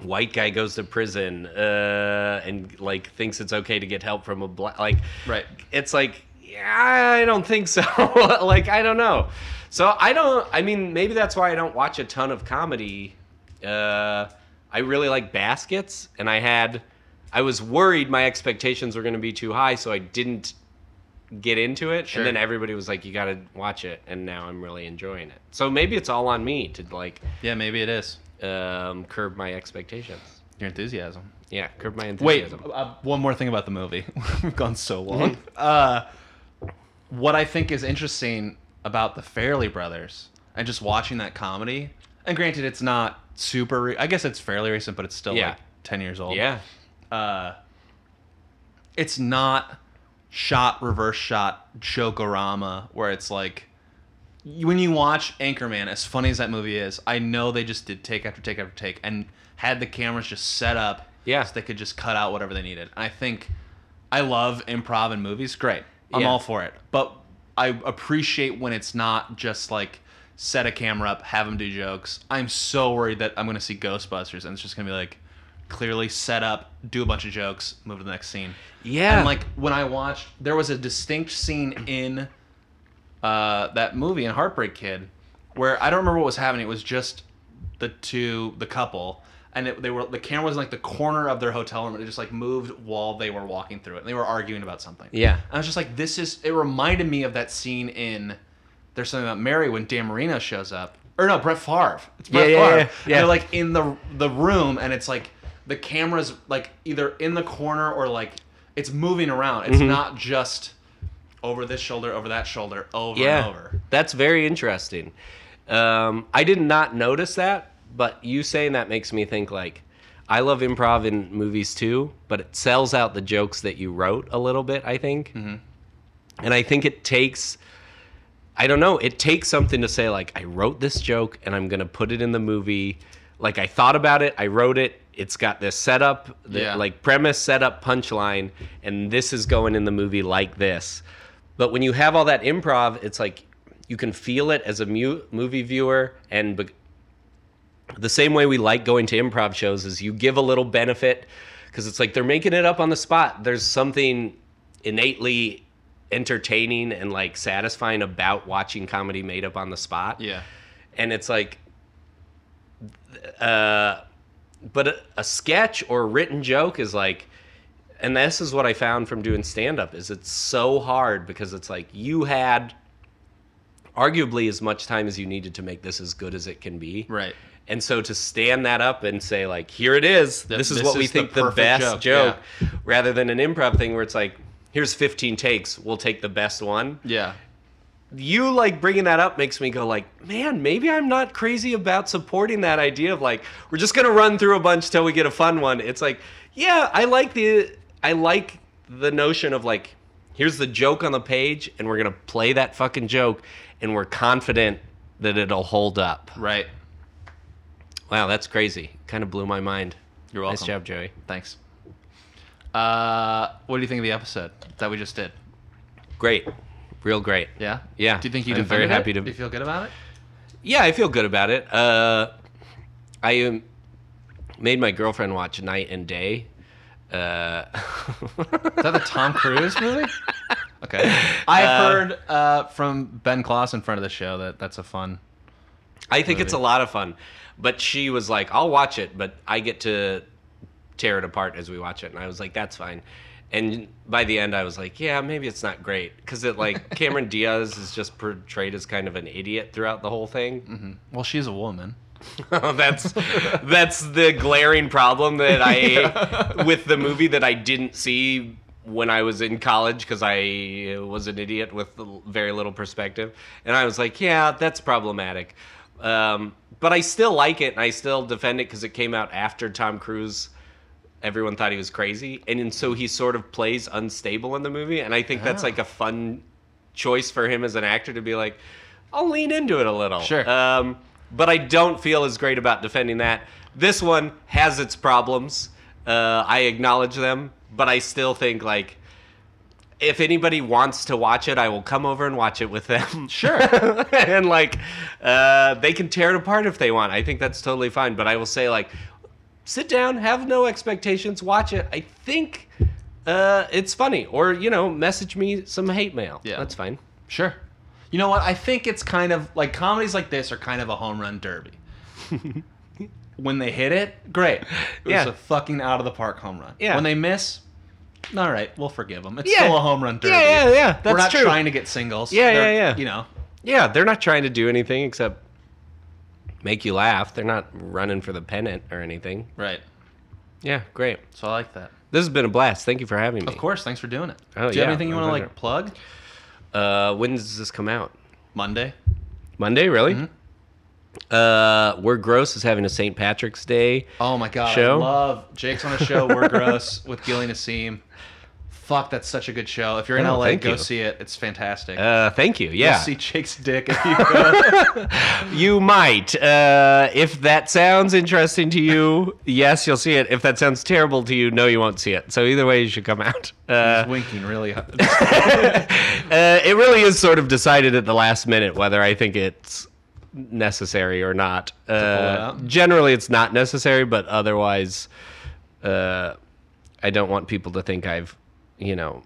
B: white guy goes to prison uh, and like thinks it's okay to get help from a black like
C: Right.
B: it's like yeah, i don't think so like i don't know so i don't i mean maybe that's why i don't watch a ton of comedy uh, I really like baskets, and I had, I was worried my expectations were going to be too high, so I didn't get into it.
C: Sure.
B: And then everybody was like, "You got to watch it," and now I'm really enjoying it. So maybe it's all on me to like
C: Yeah, maybe it is.
B: um, curb my expectations.
C: Your enthusiasm.
B: Yeah, curb my
C: Wait,
B: enthusiasm.
C: uh, one more thing about the movie. We've gone so long.
B: Mm-hmm.
C: uh, what I think is interesting about the Fairley brothers and just watching that comedy, and granted, it's not super. Re- I guess it's fairly recent, but it's still
B: Yeah.
C: like ten years old.
B: Yeah,
C: uh, it's not shot reverse shot jokorama where it's like when you watch Anchorman, as funny as that movie is, I know they just did take after take after take and had the cameras just set up
B: Yeah.
C: so they could just cut out whatever they needed. And I think I love improv in movies. Great. I'm
B: Yeah.
C: all for it. But I appreciate when it's not just like set a camera up, have them do jokes. I'm so worried that I'm going to see Ghostbusters and it's just going to be like clearly set up, do a bunch of jokes, move to the next scene.
B: Yeah.
C: And like when I watched, there was a distinct scene in uh, that movie in Heartbreak Kid, where I don't remember what was happening. It was just the two, the couple, and it, they were the camera was in like the corner of their hotel room. And it just like moved while they were walking through it, and they were arguing about something.
B: Yeah.
C: and I was just like, this is. It reminded me of that scene in There's Something About Mary when Dan Marino shows up, or no, Brett Favre. It's Brett
B: Yeah, yeah,
C: Favre.
B: yeah, yeah.
C: And they're like in the the room, and it's like the camera's like either in the corner or like it's moving around.
B: Mm-hmm.
C: It's not just over this shoulder, over that shoulder, over
B: yeah,
C: and over.
B: that's very interesting. Um, I did not notice that, but you saying that makes me think like. I love improv in movies too, but it sells out the jokes that you wrote a little bit, I think.
C: Mm-hmm.
B: And I think it takes I don't know. It takes something to say like I wrote this joke and I'm gonna put it in the movie. Like I thought about it, I wrote it. It's got this setup, the,
C: Yeah.
B: like premise, setup, punchline, and this is going in the movie like this. But when you have all that improv, it's like you can feel it as a mu- movie viewer, and be- the same way we like going to improv shows is you give a little benefit because it's like they're making it up on the spot. There's something innately entertaining and like satisfying about watching comedy made up on the spot.
C: Yeah.
B: And it's like, uh, but a, a sketch or a written joke is like, and this is what I found from doing stand up is it's so hard because it's like you had arguably as much time as you needed to make this as good as it can be.
C: Right.
B: And so to stand that up and say like, here it is. this is
C: this
B: what we
C: is the
B: think the,
C: perfect
B: best
C: joke,
B: joke, rather than an improv thing where it's like, here's 15 takes. We'll take the best one.
C: Yeah.
B: You like bringing that up makes me go like, man, maybe I'm not crazy about supporting that idea of like, we're just going to run through a bunch till we get a fun one. It's like, yeah, I like the, I like the notion of like, here's the joke on the page and we're going to play that fucking joke and we're confident that it'll hold up.
C: Right.
B: Wow, that's crazy. Kind of blew my mind.
C: You're
B: Nice
C: welcome.
B: job, Joey.
C: Thanks. Uh, what do you think of the episode that we just did?
B: Great. Real great.
C: Yeah.
B: Yeah,
C: Do you think you?
B: I'm very
C: defended
B: happy
C: it?
B: to-
C: Do you feel good about it?
B: Yeah, I feel good about it. Uh, I um, made my girlfriend watch Night and Day. Uh,
C: Is that the Tom Cruise movie? Okay. I heard uh, from Ben Kloss in front of the show that that's a fun.
B: I think it's a lot of fun. But she was like, I'll watch it, but I get to tear it apart as we watch it. And I was like, that's fine. And by the end, I was like, yeah, maybe it's not great. Because it, like, Cameron Diaz is just portrayed as kind of an idiot throughout the whole thing.
C: Well, she's a woman.
B: that's that's the glaring problem that I with the movie that I didn't see when I was in college because I was an idiot with very little perspective, and I was like, yeah, that's problematic. Um, but I still like it, and I still defend it because it came out after Tom Cruise. Everyone thought he was crazy, and, and so he sort of plays unstable in the movie, and I think that's
C: Yeah.
B: like a fun choice for him as an actor to be like, I'll lean into it a little.
C: Sure.
B: Um, but I don't feel as great about defending that. This one has its problems. Uh, I acknowledge them, but I still think like if anybody wants to watch it, I will come over and watch it with them.
C: Sure.
B: and like uh, they can tear it apart if they want. I think that's totally fine. But I will say like sit down, have no expectations, watch it. I think uh, it's funny, or you know, message me some hate mail.
C: Yeah.
B: that's fine.
C: Sure. You know what? I think it's kind of like comedies like this are kind of a home run derby. When they hit it, great. It was
B: Yeah.
C: a fucking out of the park home run.
B: Yeah.
C: When they miss, all right, we'll forgive them. It's
B: Yeah.
C: still a home run derby.
B: Yeah, yeah, yeah,
C: We're
B: that's
C: not
B: true.
C: trying to get singles.
B: Yeah,
C: They're-
B: yeah, yeah.
C: You know,
B: Yeah, they're not trying to do anything except make you laugh. They're not running for the pennant or anything.
C: right.
B: Yeah, great.
C: So I like that.
B: This has been a blast. Thank you for having me.
C: Of course. Thanks for doing it.
B: Oh,
C: Do you have
B: yeah,
C: anything you
B: my
C: want to
B: pleasure.
C: like plug?
B: Uh, when does this come out?
C: Monday.
B: Monday, really?
C: Mm-hmm.
B: Uh, We're Gross is having a St. Patrick's Day.
C: Oh my god,
B: Show?
C: I love Jake's on a show. We're gross with Gilly Nassim. Fuck, that's such a good show. If you're in
B: Oh,
C: LA,
B: thank
C: go
B: you.
C: see it. It's fantastic.
B: Uh, thank you.
C: You'll
B: Yeah,
C: see Jake's dick if you go.
B: you might. Uh, if that sounds interesting to you, yes, you'll see it. If that sounds terrible to you, no, you won't see it. So either way, you should come out. Uh,
C: He's winking really hard.
B: uh, it really is sort of decided at the last minute whether I think it's necessary or not.
C: it
B: Uh,
C: out?
B: generally, it's not necessary, but otherwise, uh, I don't want people to think I've, you know,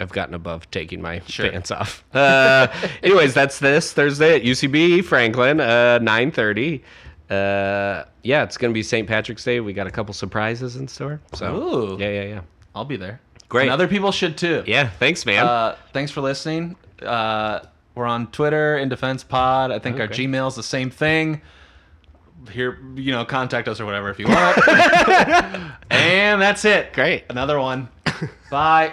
B: I've gotten above taking my
C: Sure.
B: pants off. Uh, anyways, that's this Thursday at UCB Franklin, uh, nine thirty. Uh, yeah, it's gonna be St. Patrick's Day. We got a couple surprises in store. So
C: Ooh.
B: yeah, yeah, yeah,
C: I'll be there.
B: Great.
C: And other people should too.
B: yeah. Thanks, man.
C: Uh, thanks for listening. Uh, we're on Twitter, In Defense Pod. I think our
B: Okay.
C: Gmail's the same thing. Here, you know, contact us or whatever if you want. and that's it.
B: Great.
C: Another one. Bye.